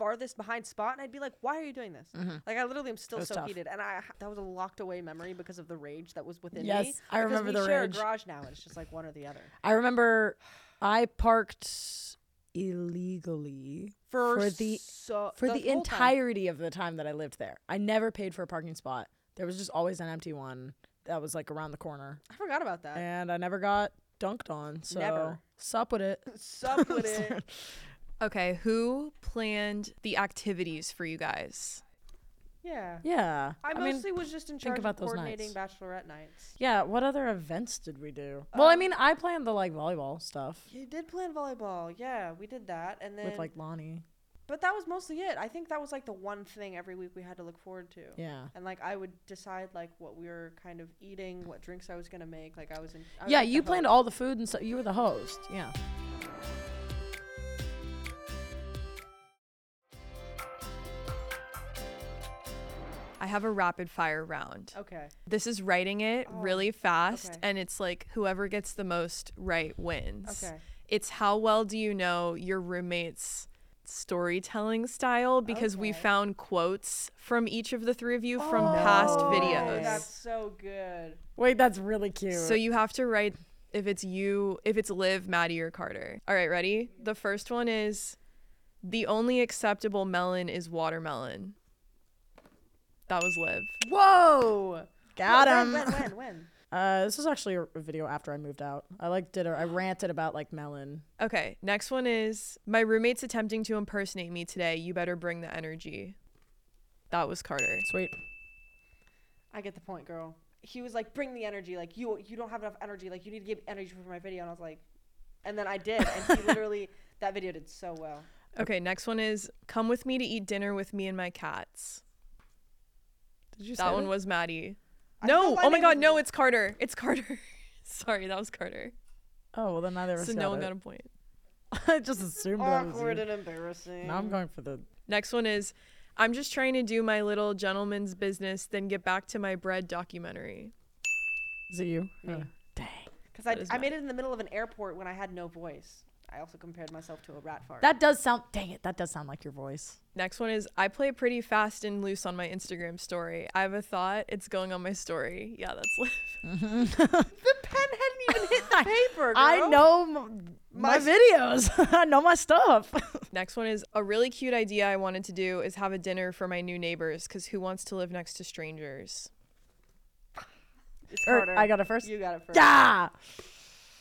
Speaker 4: farthest behind spot and I'd be like, Why are you doing this? Like I literally am still
Speaker 2: Mm-hmm. was
Speaker 4: so
Speaker 2: tough.
Speaker 4: heated. And I that was a locked away memory because of the rage that was within me.
Speaker 2: Yes, I
Speaker 4: because
Speaker 2: remember
Speaker 4: we
Speaker 2: the
Speaker 4: share
Speaker 2: rage.
Speaker 4: a garage now and it's just like one or the other.
Speaker 2: I remember I parked illegally
Speaker 4: for,
Speaker 2: the
Speaker 4: so,
Speaker 2: for the,
Speaker 4: whole time.
Speaker 2: entirety of the time that I lived there. I never paid for a parking spot. There was just always an empty one that was like around the corner.
Speaker 4: I forgot about that.
Speaker 2: And I never got dunked on. So
Speaker 4: Never.
Speaker 2: sup with it.
Speaker 4: Sup with it.
Speaker 3: Okay, who planned the activities for you guys?
Speaker 4: Yeah.
Speaker 2: Yeah.
Speaker 4: I,
Speaker 2: mean-
Speaker 4: mostly was just in charge
Speaker 2: about
Speaker 4: of
Speaker 2: those
Speaker 4: coordinating
Speaker 2: nights.
Speaker 4: bachelorette nights.
Speaker 2: Yeah, what other events did we do? well, I mean, I planned the like volleyball stuff
Speaker 4: You did plan volleyball. Yeah, we did that. And then
Speaker 2: with like Lonnie.
Speaker 4: but that was mostly it. I think that was like the one thing every week we had to look forward to.
Speaker 2: Yeah.
Speaker 4: And like I would decide like what we were kind of eating, what drinks I was going to make. Like I was in I was
Speaker 2: Yeah,
Speaker 4: like the
Speaker 2: you planned
Speaker 4: host.
Speaker 2: all the food and stuff. You were the host. Yeah.
Speaker 3: I have a rapid fire round.
Speaker 4: Okay.
Speaker 3: This is writing it really fast,
Speaker 4: oh, okay.
Speaker 3: and it's like whoever gets the most right wins.
Speaker 4: Okay.
Speaker 3: It's how well do you know your roommate's storytelling style because we
Speaker 4: Okay.
Speaker 3: found quotes from each of the three of you from past
Speaker 4: Oh,
Speaker 3: videos.
Speaker 4: That's so good.
Speaker 2: Wait, that's really cute.
Speaker 3: So you have to write if it's you, if it's Liv, Maddie, or Carter. All right, ready? The first one is the only acceptable melon is watermelon. That was Liv.
Speaker 4: Whoa.
Speaker 2: got
Speaker 4: When,
Speaker 2: him.
Speaker 4: When when when?
Speaker 2: Uh, this was actually a a video after I moved out. I like did a, I ranted about like melon.
Speaker 3: Okay, next one is my roommate's attempting to impersonate me today. You better bring the energy. That was Carter.
Speaker 2: Sweet.
Speaker 4: I get the point, girl. He was like, "Bring the energy. Like you, you don't have enough energy. Like you need to give energy for my video." And I was like, and then I did, and he literally that video did so well.
Speaker 3: Okay, next one is come with me to eat dinner with me and my cats.
Speaker 2: Did you
Speaker 3: That one was Maddie.
Speaker 4: I don't know
Speaker 3: No,
Speaker 4: why
Speaker 3: oh my
Speaker 4: they
Speaker 3: god,
Speaker 4: would-
Speaker 3: no, it's Carter. It's Carter. Sorry, that was Carter.
Speaker 2: Oh well, then neither of us.
Speaker 3: So no one
Speaker 2: got
Speaker 3: got a
Speaker 2: it.
Speaker 3: point.
Speaker 2: I just assumed that was
Speaker 4: Awkward
Speaker 2: you.
Speaker 4: and embarrassing.
Speaker 2: Now I'm going for the.
Speaker 3: Next one is I'm just trying to do my little gentleman's business, then get back to my bread documentary.
Speaker 2: Is it you?
Speaker 4: Me.
Speaker 2: Uh, dang.
Speaker 4: Because I,
Speaker 3: That is
Speaker 4: I
Speaker 3: mine.
Speaker 4: made it in the middle of an airport when I had no voice. I also compared myself to a rat fart.
Speaker 2: That does sound. Dang it. That does sound like your voice.
Speaker 3: Next one is I play pretty fast and loose on my Instagram story. I have a thought, it's going on my story. Yeah, that's Liv.
Speaker 4: the pen hadn't even hit the paper. Girl.
Speaker 2: I know m- my,
Speaker 4: My-
Speaker 2: videos. I know my stuff. Er,
Speaker 3: Next one is a really cute idea I wanted to do is have a dinner for my new neighbors because who wants to live next to strangers?
Speaker 4: It's
Speaker 2: Er,
Speaker 4: Carter.
Speaker 2: I got it first?
Speaker 4: You got it first.
Speaker 2: yeah.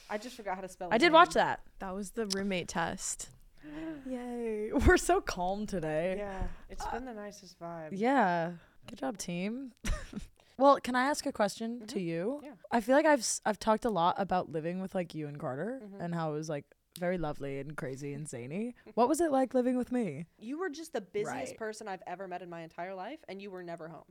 Speaker 4: I just forgot how to spell.
Speaker 2: I did watch that.
Speaker 3: That was the roommate test.
Speaker 5: Yay.
Speaker 2: We're so calm today.
Speaker 4: Yeah,
Speaker 2: Uh,
Speaker 4: it's been the nicest vibe.
Speaker 2: Yeah. Good job, team. well, can I ask a question to you?
Speaker 4: Mm-hmm. Yeah.
Speaker 2: I feel like I've s- I've talked a lot about living with like you and Carter
Speaker 4: Mm-hmm.
Speaker 2: and how it was like very lovely and crazy and zany. what was it like living with me?
Speaker 4: You were just the busiest
Speaker 2: Right.
Speaker 4: person I've ever met in my entire life, and you were never home.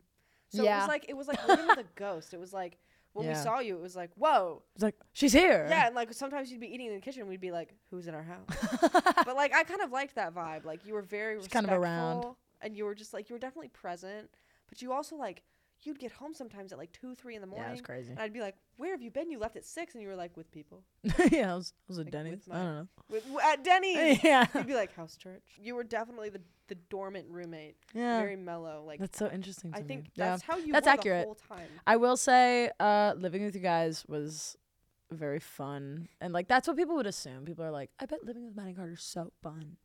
Speaker 4: So it
Speaker 2: Yeah.
Speaker 4: was like it was like living with a ghost. It was like when we
Speaker 2: Yeah.
Speaker 4: saw you, it was like whoa,
Speaker 2: It's like she's here.
Speaker 4: yeah. And like sometimes you'd be eating in the kitchen, we'd be like, who's in our house? but like I kind of liked that vibe. Like you were very
Speaker 2: Just
Speaker 4: respectful,
Speaker 2: kind of around.
Speaker 4: and you were just like you were definitely present, but you also like you'd get home sometimes at like two, three in the morning.
Speaker 2: Yeah, it was crazy.
Speaker 4: And I'd be like, where have you been? You left at six, and you were like with people
Speaker 2: yeah, I was, I was at
Speaker 4: Like,
Speaker 2: Denny's.
Speaker 4: with
Speaker 2: I
Speaker 4: my-
Speaker 2: don't know.
Speaker 4: with, w- at Denny's.
Speaker 2: Yeah.
Speaker 4: You'd be like house church. You were definitely the, the dormant roommate,
Speaker 2: Yeah.
Speaker 4: very mellow. Like
Speaker 2: That's so interesting. To
Speaker 4: I
Speaker 2: me.
Speaker 4: think
Speaker 2: Yeah.
Speaker 4: that's how you
Speaker 2: That's
Speaker 4: were
Speaker 2: accurate.
Speaker 4: the whole time.
Speaker 2: I will say, uh, living with you guys was very fun, and like that's what people would assume. People are like, "I bet living with Matt and Carter's so fun."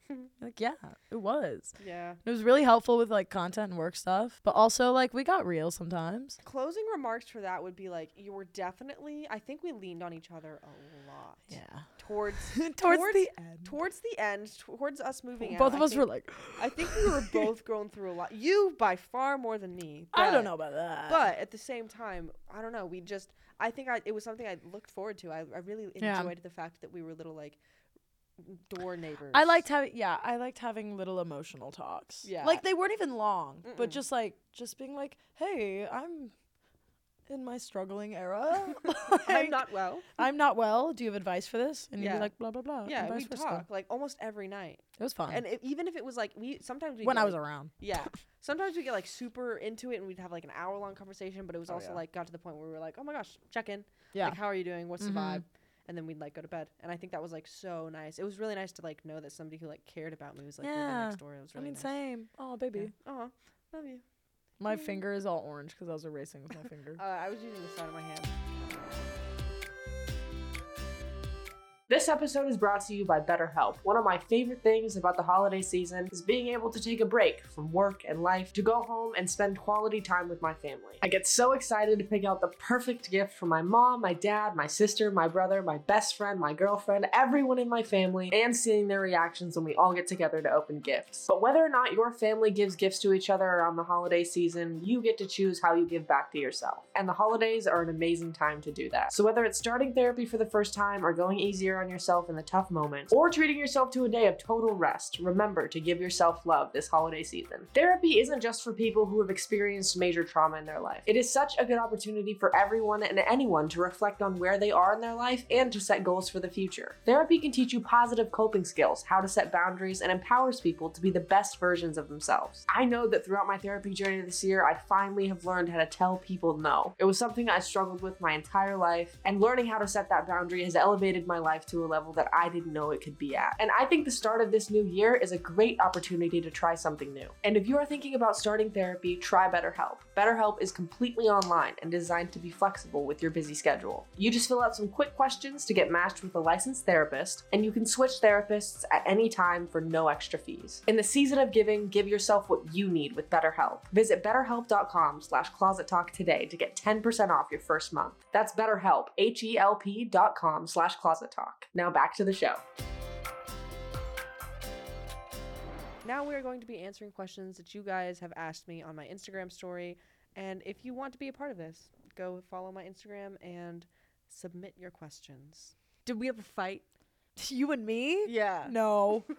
Speaker 2: like, yeah, it was.
Speaker 4: Yeah.
Speaker 2: It was really helpful with like content and work stuff, but also like we got real sometimes.
Speaker 4: Closing remarks for that would be like you were definitely. I think we leaned on each other a lot. Towards
Speaker 2: towards, the end,
Speaker 4: towards the end, towards us moving.
Speaker 2: both
Speaker 4: out,
Speaker 2: of
Speaker 4: I
Speaker 2: us were
Speaker 4: think-
Speaker 2: like,
Speaker 4: I think we were both going through a lot. You by far more than me.
Speaker 2: "I
Speaker 4: but-
Speaker 2: don't know about that."
Speaker 4: But at the same time, I don't know. We just, I think I, it was something I looked forward to. I, I really enjoyed
Speaker 2: Yeah.
Speaker 4: the fact that we were little like door neighbors.
Speaker 2: I liked having yeah, I liked having little emotional talks.
Speaker 4: Yeah.
Speaker 2: Like they weren't even long, but
Speaker 4: Mm-mm.
Speaker 2: just like just being like, "Hey, I'm in my struggling era. like,
Speaker 4: I'm not well.
Speaker 2: I'm not well. Do you have advice for this?" And you'd
Speaker 4: Yeah.
Speaker 2: be like, "Blah blah blah." and
Speaker 4: Yeah,
Speaker 2: vice
Speaker 4: we
Speaker 2: versa.
Speaker 4: talk like almost every night,
Speaker 2: It was fun.
Speaker 4: and if even if it was like we sometimes we
Speaker 2: when I was around.
Speaker 4: yeah, sometimes we get like super into it and we'd have like an hour long conversation, but it was
Speaker 2: Oh,
Speaker 4: also
Speaker 2: yeah.
Speaker 4: like got to the point where we were like, oh my gosh, check in,
Speaker 2: Yeah.
Speaker 4: like how are you doing, what's
Speaker 2: Mhm.
Speaker 4: the vibe, and then we'd like go to bed, and I think that was like so nice. It was really nice to like know that somebody who like cared about me was like living
Speaker 2: Yeah.
Speaker 4: next door. It was
Speaker 2: I
Speaker 4: really
Speaker 2: mean,
Speaker 4: nice.
Speaker 2: same. Oh, baby.
Speaker 4: Oh, love you.
Speaker 2: My finger is all orange because I was erasing with my finger.
Speaker 4: Mm-hmm. Uh, I was using the side of my hand.
Speaker 1: This episode is brought to you by BetterHelp. One of my favorite things about the holiday season is being able to take a break from work and life to go home and spend quality time with my family. I get so excited to pick out the perfect gift for my mom, my dad, my sister, my brother, my best friend, my girlfriend, everyone in my family, and seeing their reactions when we all get together to open gifts. But whether or not your family gives gifts to each other around the holiday season, you get to choose how you give back to yourself. And the holidays are an amazing time to do that. So whether it's starting therapy for the first time or going easier on yourself in the tough moments, or treating yourself to a day of total rest, remember to give yourself love this holiday season. Therapy isn't just for people who have experienced major trauma in their life. It is such a good opportunity for everyone and anyone to reflect on where they are in their life and to set goals for the future. Therapy can teach you positive coping skills, how to set boundaries, and empowers people to be the best versions of themselves. I know that throughout my therapy journey this year, I finally have learned how to tell people no. It was something I struggled with my entire life, and learning how to set that boundary has elevated my life to a level that I didn't know it could be at. And I think the start of this new year is a great opportunity to try something new. And if you are thinking about starting therapy, try BetterHelp. BetterHelp is completely online and designed to be flexible with your busy schedule. You just fill out some quick questions to get matched with a licensed therapist, and you can switch therapists at any time for no extra fees. In the season of giving, give yourself what you need with BetterHelp. Visit betterhelp.com slash closet talk today to get 10% off your first month. That's betterhelp, H-E-L-P dot com slash closet talk. Now back to the show.
Speaker 4: Now we are going to be answering questions that you guys have asked me on my Instagram story. And if you want to be a part of this, go follow my Instagram and submit your questions. Did we have a fight?
Speaker 2: you and me?
Speaker 4: Yeah.
Speaker 2: No.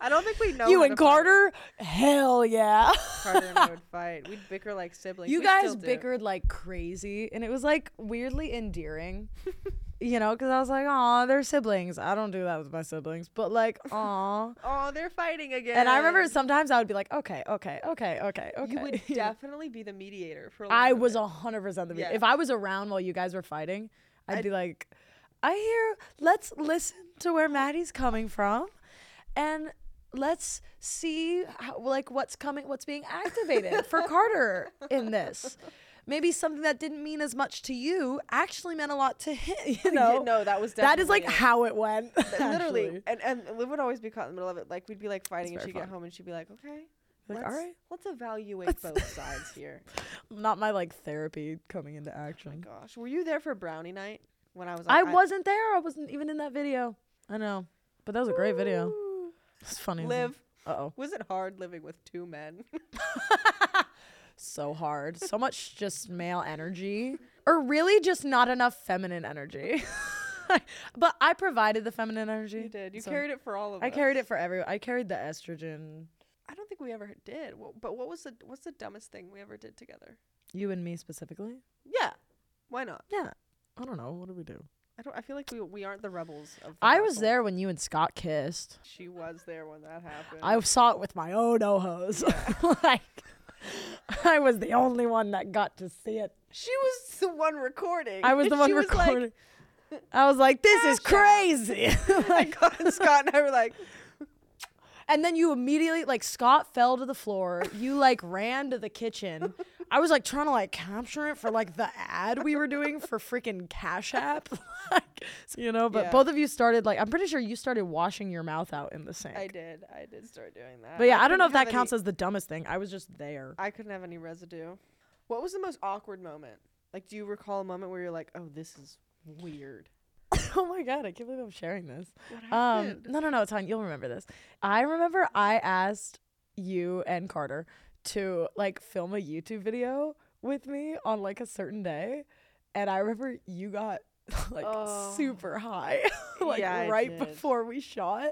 Speaker 4: I don't think we know.
Speaker 2: you
Speaker 4: how
Speaker 2: and
Speaker 4: to fight.
Speaker 2: Carter? Hell yeah.
Speaker 4: Carter and I would fight. We'd bicker like siblings.
Speaker 2: you
Speaker 4: We
Speaker 2: guys
Speaker 4: still do.
Speaker 2: bickered like crazy, and it was like weirdly endearing. you know, because I was like, "Aw, they're siblings." I don't do that with my siblings, but like, "Aw."
Speaker 4: Oh, they're fighting again.
Speaker 2: and I remember sometimes I would be like, "Okay, okay, okay, okay, okay."
Speaker 4: you would
Speaker 2: know?
Speaker 4: definitely be the mediator for. a lot
Speaker 2: I
Speaker 4: of
Speaker 2: was
Speaker 4: it.
Speaker 2: a hundred percent the me-
Speaker 4: Yeah.
Speaker 2: If I was around while you guys were fighting, I'd be like, I hear. Let's listen to where Maddie's coming from, and let's see how, like what's coming, what's being activated for Carter in this. Maybe something that didn't mean as much to you actually meant a lot to him. You know,
Speaker 4: no, that was
Speaker 2: that is like
Speaker 4: definitely it.
Speaker 2: how it went.
Speaker 4: literally,
Speaker 2: actually.
Speaker 4: and and Liv would always be caught in the middle of it. Like we'd be like fighting,
Speaker 2: It's very
Speaker 4: and she'd get
Speaker 2: fun.
Speaker 4: home and she'd be like, "Okay,
Speaker 2: Like,
Speaker 4: let's,
Speaker 2: all right.
Speaker 4: let's evaluate both sides here."
Speaker 2: not my like therapy coming into action.
Speaker 4: Gosh, were you there for brownie night when Oh I was?
Speaker 2: I
Speaker 4: like,
Speaker 2: wasn't there. I wasn't even in that video. I know, but that was a great video.
Speaker 4: Ooh.
Speaker 2: It's funny.
Speaker 4: Live.
Speaker 2: Uh oh.
Speaker 4: Was it hard living with two men?
Speaker 2: So hard. So much just male energy, or really just not enough feminine energy. but I provided the feminine energy.
Speaker 4: You did. You
Speaker 2: so-
Speaker 4: carried it for all of
Speaker 2: I
Speaker 4: us.
Speaker 2: carried it for everyone. I carried the estrogen.
Speaker 4: I don't think we ever did. Wh- But what was the what's the dumbest thing we ever did together?
Speaker 2: You and me specifically.
Speaker 4: Yeah. Why not?
Speaker 2: Yeah. I don't know. What did we do?
Speaker 4: I don't. I feel like we we aren't the rebels of. The
Speaker 2: I was
Speaker 4: household.
Speaker 2: there when you and Scott kissed.
Speaker 4: She was there when that happened.
Speaker 2: I saw it with my own ojos. like I was the only one that got to see it.
Speaker 4: she was the one recording.
Speaker 2: I was the
Speaker 4: She
Speaker 2: one
Speaker 4: like-
Speaker 2: recording. I was like, "This is crazy!" like,
Speaker 4: God, and Scott and I were like,
Speaker 2: and then you immediately, like, Scott fell to the floor. You like ran to the kitchen. I was like trying to like capture it for like the ad we were doing for freaking Cash App, like, you know. But
Speaker 4: Yeah.
Speaker 2: both of you started like, I'm pretty sure you started washing your mouth out in the sink.
Speaker 4: I did. I did start doing that.
Speaker 2: But yeah, I, don't know if
Speaker 4: couldn't have
Speaker 2: that counts
Speaker 4: any-
Speaker 2: as the dumbest thing. I was just there.
Speaker 4: I couldn't have any residue. What was the most awkward moment? Like, do you recall a moment where you're like, "Oh, this is weird"?
Speaker 2: oh my god, I can't believe I'm sharing this.
Speaker 4: What
Speaker 2: Um,
Speaker 4: happened?
Speaker 2: no, no, no, it's fine. You'll remember this. I remember I asked you and Carter to like film a YouTube video with me on like a certain day, and I remember you got like
Speaker 4: Oh.
Speaker 2: super high, like
Speaker 4: Yeah, I
Speaker 2: right
Speaker 4: did.
Speaker 2: before we shot,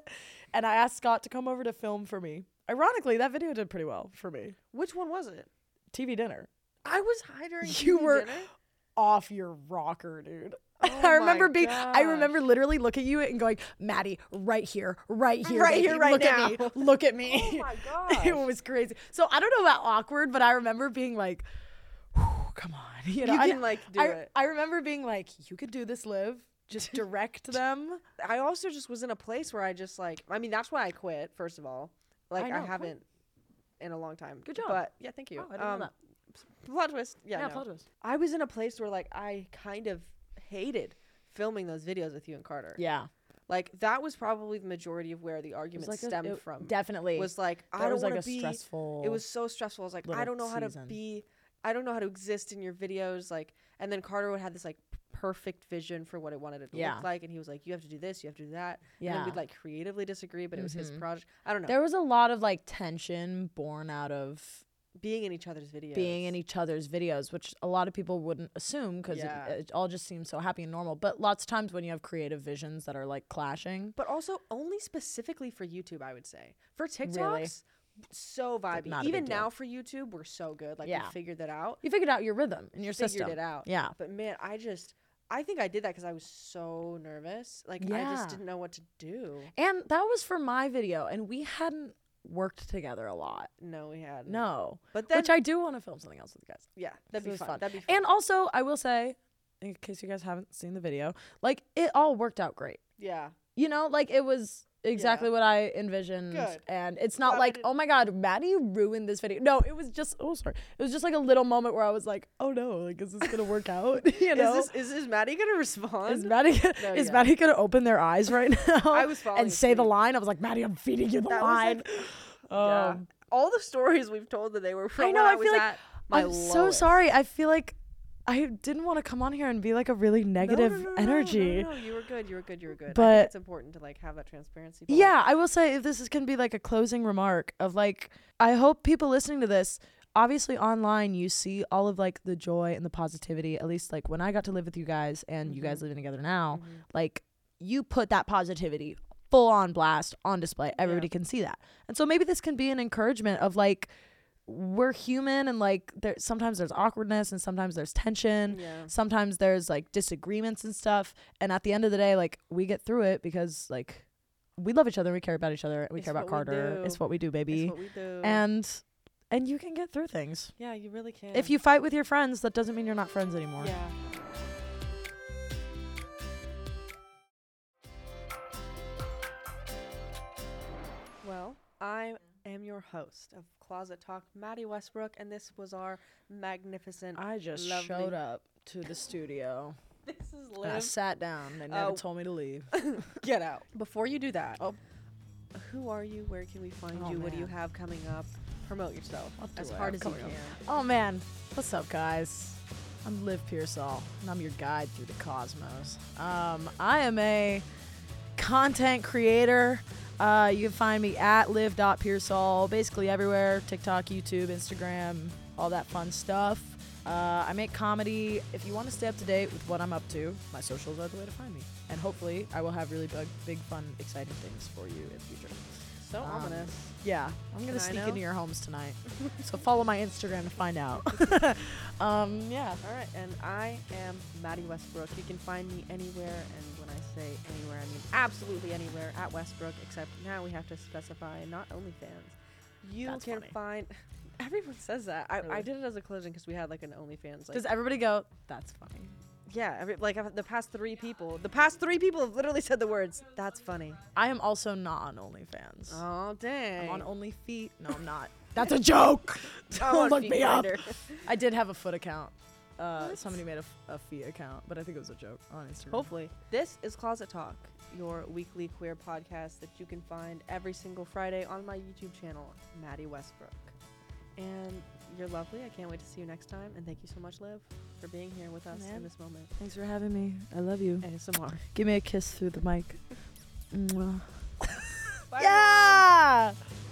Speaker 2: and I asked Scott to come over to film for me. Ironically, that video did pretty well for me.
Speaker 4: Which one was it?
Speaker 2: TV dinner.
Speaker 4: I was high during
Speaker 2: You
Speaker 4: TV
Speaker 2: were-
Speaker 4: dinner?
Speaker 2: off your rocker, dude.
Speaker 4: Oh
Speaker 2: I remember
Speaker 4: my
Speaker 2: being, I remember
Speaker 4: gosh.
Speaker 2: literally looking at you and going, Maddie, right here, right here,
Speaker 4: Right
Speaker 2: baby.
Speaker 4: here, right
Speaker 2: look at
Speaker 4: now."
Speaker 2: me, look at
Speaker 4: Oh
Speaker 2: me.
Speaker 4: my
Speaker 2: it
Speaker 4: god!
Speaker 2: was crazy. So I don't know about awkward, but I remember being like, "Whew, come on, you know.
Speaker 4: You
Speaker 2: and
Speaker 4: can like do
Speaker 2: I,
Speaker 4: it.
Speaker 2: I remember being like, you could do this, live. Just direct them. Oh,
Speaker 4: I also just was in a place where I just like I mean that's why I quit first of all. Like I,
Speaker 2: know, cool.
Speaker 4: haven't in a long time.
Speaker 2: Good job.
Speaker 4: But yeah, thank you. Um,
Speaker 2: Oh, I didn't know that.
Speaker 4: Plot twist. Yeah. no.
Speaker 2: apologize.
Speaker 4: I was in a place where like I kind of hated filming those videos with you and Carter.
Speaker 2: Yeah,
Speaker 4: Like that was probably the majority of where the argument
Speaker 2: like a-
Speaker 4: stemmed
Speaker 2: it-
Speaker 4: from.
Speaker 2: definitely.
Speaker 4: Was like
Speaker 2: That
Speaker 4: I don't
Speaker 2: was, like,
Speaker 4: want
Speaker 2: a
Speaker 4: to be
Speaker 2: stressful
Speaker 4: It was so stressful. I was like I
Speaker 2: little
Speaker 4: don't know how
Speaker 2: season.
Speaker 4: to be I don't know how to exist in your videos like and then Carter would have this like p- perfect vision for what it wanted it to
Speaker 2: Yeah.
Speaker 4: look like and he was like you have to do this, you have to do that. And then
Speaker 2: Yeah. Mm-hmm.
Speaker 4: we'd like creatively disagree, but it was his project. I don't know.
Speaker 2: there was a lot of like tension born out of
Speaker 4: being in each other's videos.
Speaker 2: being in e-, each other's videos, which a lot of people wouldn't assume because
Speaker 4: Yeah.
Speaker 2: it, it all just seems so happy and normal. But lots of times when you have creative visions that are like clashing,
Speaker 4: But also only specifically for YouTube, I would say. For TikToks, so vibey.
Speaker 2: not a big
Speaker 4: Even
Speaker 2: deal.
Speaker 4: now for YouTube, we're so good. Like
Speaker 2: Yeah.
Speaker 4: we figured that out.
Speaker 2: you figured out your rhythm and your
Speaker 4: figured
Speaker 2: system.
Speaker 4: it out.
Speaker 2: Yeah.
Speaker 4: But man, I just I think I did that because I was so nervous. Like I
Speaker 2: Yeah.
Speaker 4: just didn't know what to do.
Speaker 2: And that was for my video, and we hadn't worked together a lot.
Speaker 4: No, we had
Speaker 2: No.
Speaker 4: But Mm. then
Speaker 2: which I do want to film something else with you guys.
Speaker 4: yeah,
Speaker 2: This
Speaker 4: that'd be
Speaker 2: is
Speaker 4: fun.
Speaker 2: fun.
Speaker 4: That'd be fun.
Speaker 2: And also, I will say, in case you guys haven't seen the video, like it all worked out great.
Speaker 4: yeah,
Speaker 2: you know like it was exactly what i envisioned
Speaker 4: Good.
Speaker 2: and it's not
Speaker 4: Glad I
Speaker 2: like
Speaker 4: didn't-
Speaker 2: oh my god maddie ruined this video no it was just oh sorry it was just like a little moment where i was like oh no like is this gonna work out you know
Speaker 4: is this is this Maddie gonna respond?
Speaker 2: is Maddie gonna,
Speaker 4: No,
Speaker 2: is
Speaker 4: yeah.
Speaker 2: Maddie gonna open their eyes right now?
Speaker 4: I was falling
Speaker 2: and say the
Speaker 4: asleep.
Speaker 2: line. I was like, Maddie, I'm feeding you the
Speaker 4: That was,
Speaker 2: line.
Speaker 4: like, yeah.
Speaker 2: Um,
Speaker 4: All the stories we've told today were from
Speaker 2: I know.
Speaker 4: when
Speaker 2: I,
Speaker 4: I, was
Speaker 2: feel like
Speaker 4: at my
Speaker 2: I'm so
Speaker 4: lowest.
Speaker 2: sorry. I feel like I didn't want to come on here and be like a really
Speaker 4: No,
Speaker 2: negative
Speaker 4: no, no, no, no,
Speaker 2: energy.
Speaker 4: No, no, no, you were good. You were good. You were good. I
Speaker 2: But-
Speaker 4: think it's important to like have that transparency. but, like,
Speaker 2: Yeah, I will say if this is gonna be like a closing remark of like I hope people listening to this obviously online you see all of like the joy and the positivity at least like when I got to live with you guys and you guys living together now
Speaker 4: Mm-hmm.
Speaker 2: like you put that positivity full on blast on display everybody can see that and so maybe this can be an encouragement of like we're human and like there sometimes there's awkwardness and sometimes there's tension
Speaker 4: Yeah.
Speaker 2: sometimes there's like disagreements and stuff and at the end of the day like we get through it because like we love each other we care about each other we
Speaker 4: It's
Speaker 2: care about
Speaker 4: what we
Speaker 2: carter
Speaker 4: do.
Speaker 2: it's what we do
Speaker 4: it's
Speaker 2: baby
Speaker 4: what we do.
Speaker 2: and and you can get through things
Speaker 4: yeah, you really can.
Speaker 2: if you fight with your friends that doesn't mean you're not friends anymore
Speaker 4: yeah. Well, I am your host of Closet Talk, Maddie Westbrook, and this was our magnificent.
Speaker 2: i just
Speaker 4: Lovely.
Speaker 2: showed up to the studio
Speaker 4: this is
Speaker 2: and i
Speaker 4: Liv.
Speaker 2: sat down they never
Speaker 4: never Oh.
Speaker 2: told me to leave
Speaker 4: Get out. Before you do that,
Speaker 2: Oh.
Speaker 4: who are you? Where can we find
Speaker 2: Oh,
Speaker 4: you? What do you
Speaker 2: man.
Speaker 4: have coming up? Promote yourself
Speaker 2: What do
Speaker 4: as
Speaker 2: I
Speaker 4: hard
Speaker 2: have
Speaker 4: as you
Speaker 2: coming
Speaker 4: can.
Speaker 2: up? oh man what's up guys i'm liv pearsall and i'm your guide through the cosmos um i am a content creator Uh, you can find me at live.pearsall, basically everywhere TikTok, YouTube, Instagram, all that fun stuff. Uh, I make comedy. If you want to stay up to date with what I'm up to, my socials are the way to find me. And hopefully, I will have really big, big fun, exciting things for you in the future.
Speaker 4: So
Speaker 2: Um,
Speaker 4: ominous.
Speaker 2: Yeah, I'm gonna
Speaker 6: I
Speaker 2: sneak
Speaker 6: know?
Speaker 2: into your homes tonight. so follow my Instagram to find out. um, yeah.
Speaker 4: All right, and I am Maddie Westbrook. You can find me anywhere, and when I say anywhere, I mean absolutely anywhere at Westbrook, except now we have to specify not OnlyFans. You
Speaker 2: That's
Speaker 4: can
Speaker 2: funny.
Speaker 4: find. Everyone says that. I, I
Speaker 2: Really?
Speaker 4: did it as a closing because we had like an OnlyFans. Like,
Speaker 2: Does everybody go? That's funny.
Speaker 4: yeah, every, like I've- the past three people, the past three people have literally said the words. That's funny.
Speaker 2: I am also not on OnlyFans.
Speaker 4: Oh dang.
Speaker 2: I'm on Only Feet. No, I'm not. That's a joke.
Speaker 4: Oh,
Speaker 2: Don't look me up. I did have a foot account. Uh, somebody made a, f- a feet account, but I think it was a joke on Instagram.
Speaker 4: Hopefully. This is Closet Talk, your weekly queer podcast that you can find every single Friday on my YouTube channel, Maddie Westbrook. And you're lovely. I can't wait to see you next time. And thank you so much, Liv, for being here with us
Speaker 2: Yeah.
Speaker 4: in this moment.
Speaker 2: Thanks for having me. I love you.
Speaker 4: ASMR.
Speaker 2: Give me a kiss through the mic. Mwah.
Speaker 4: Bye,
Speaker 2: yeah.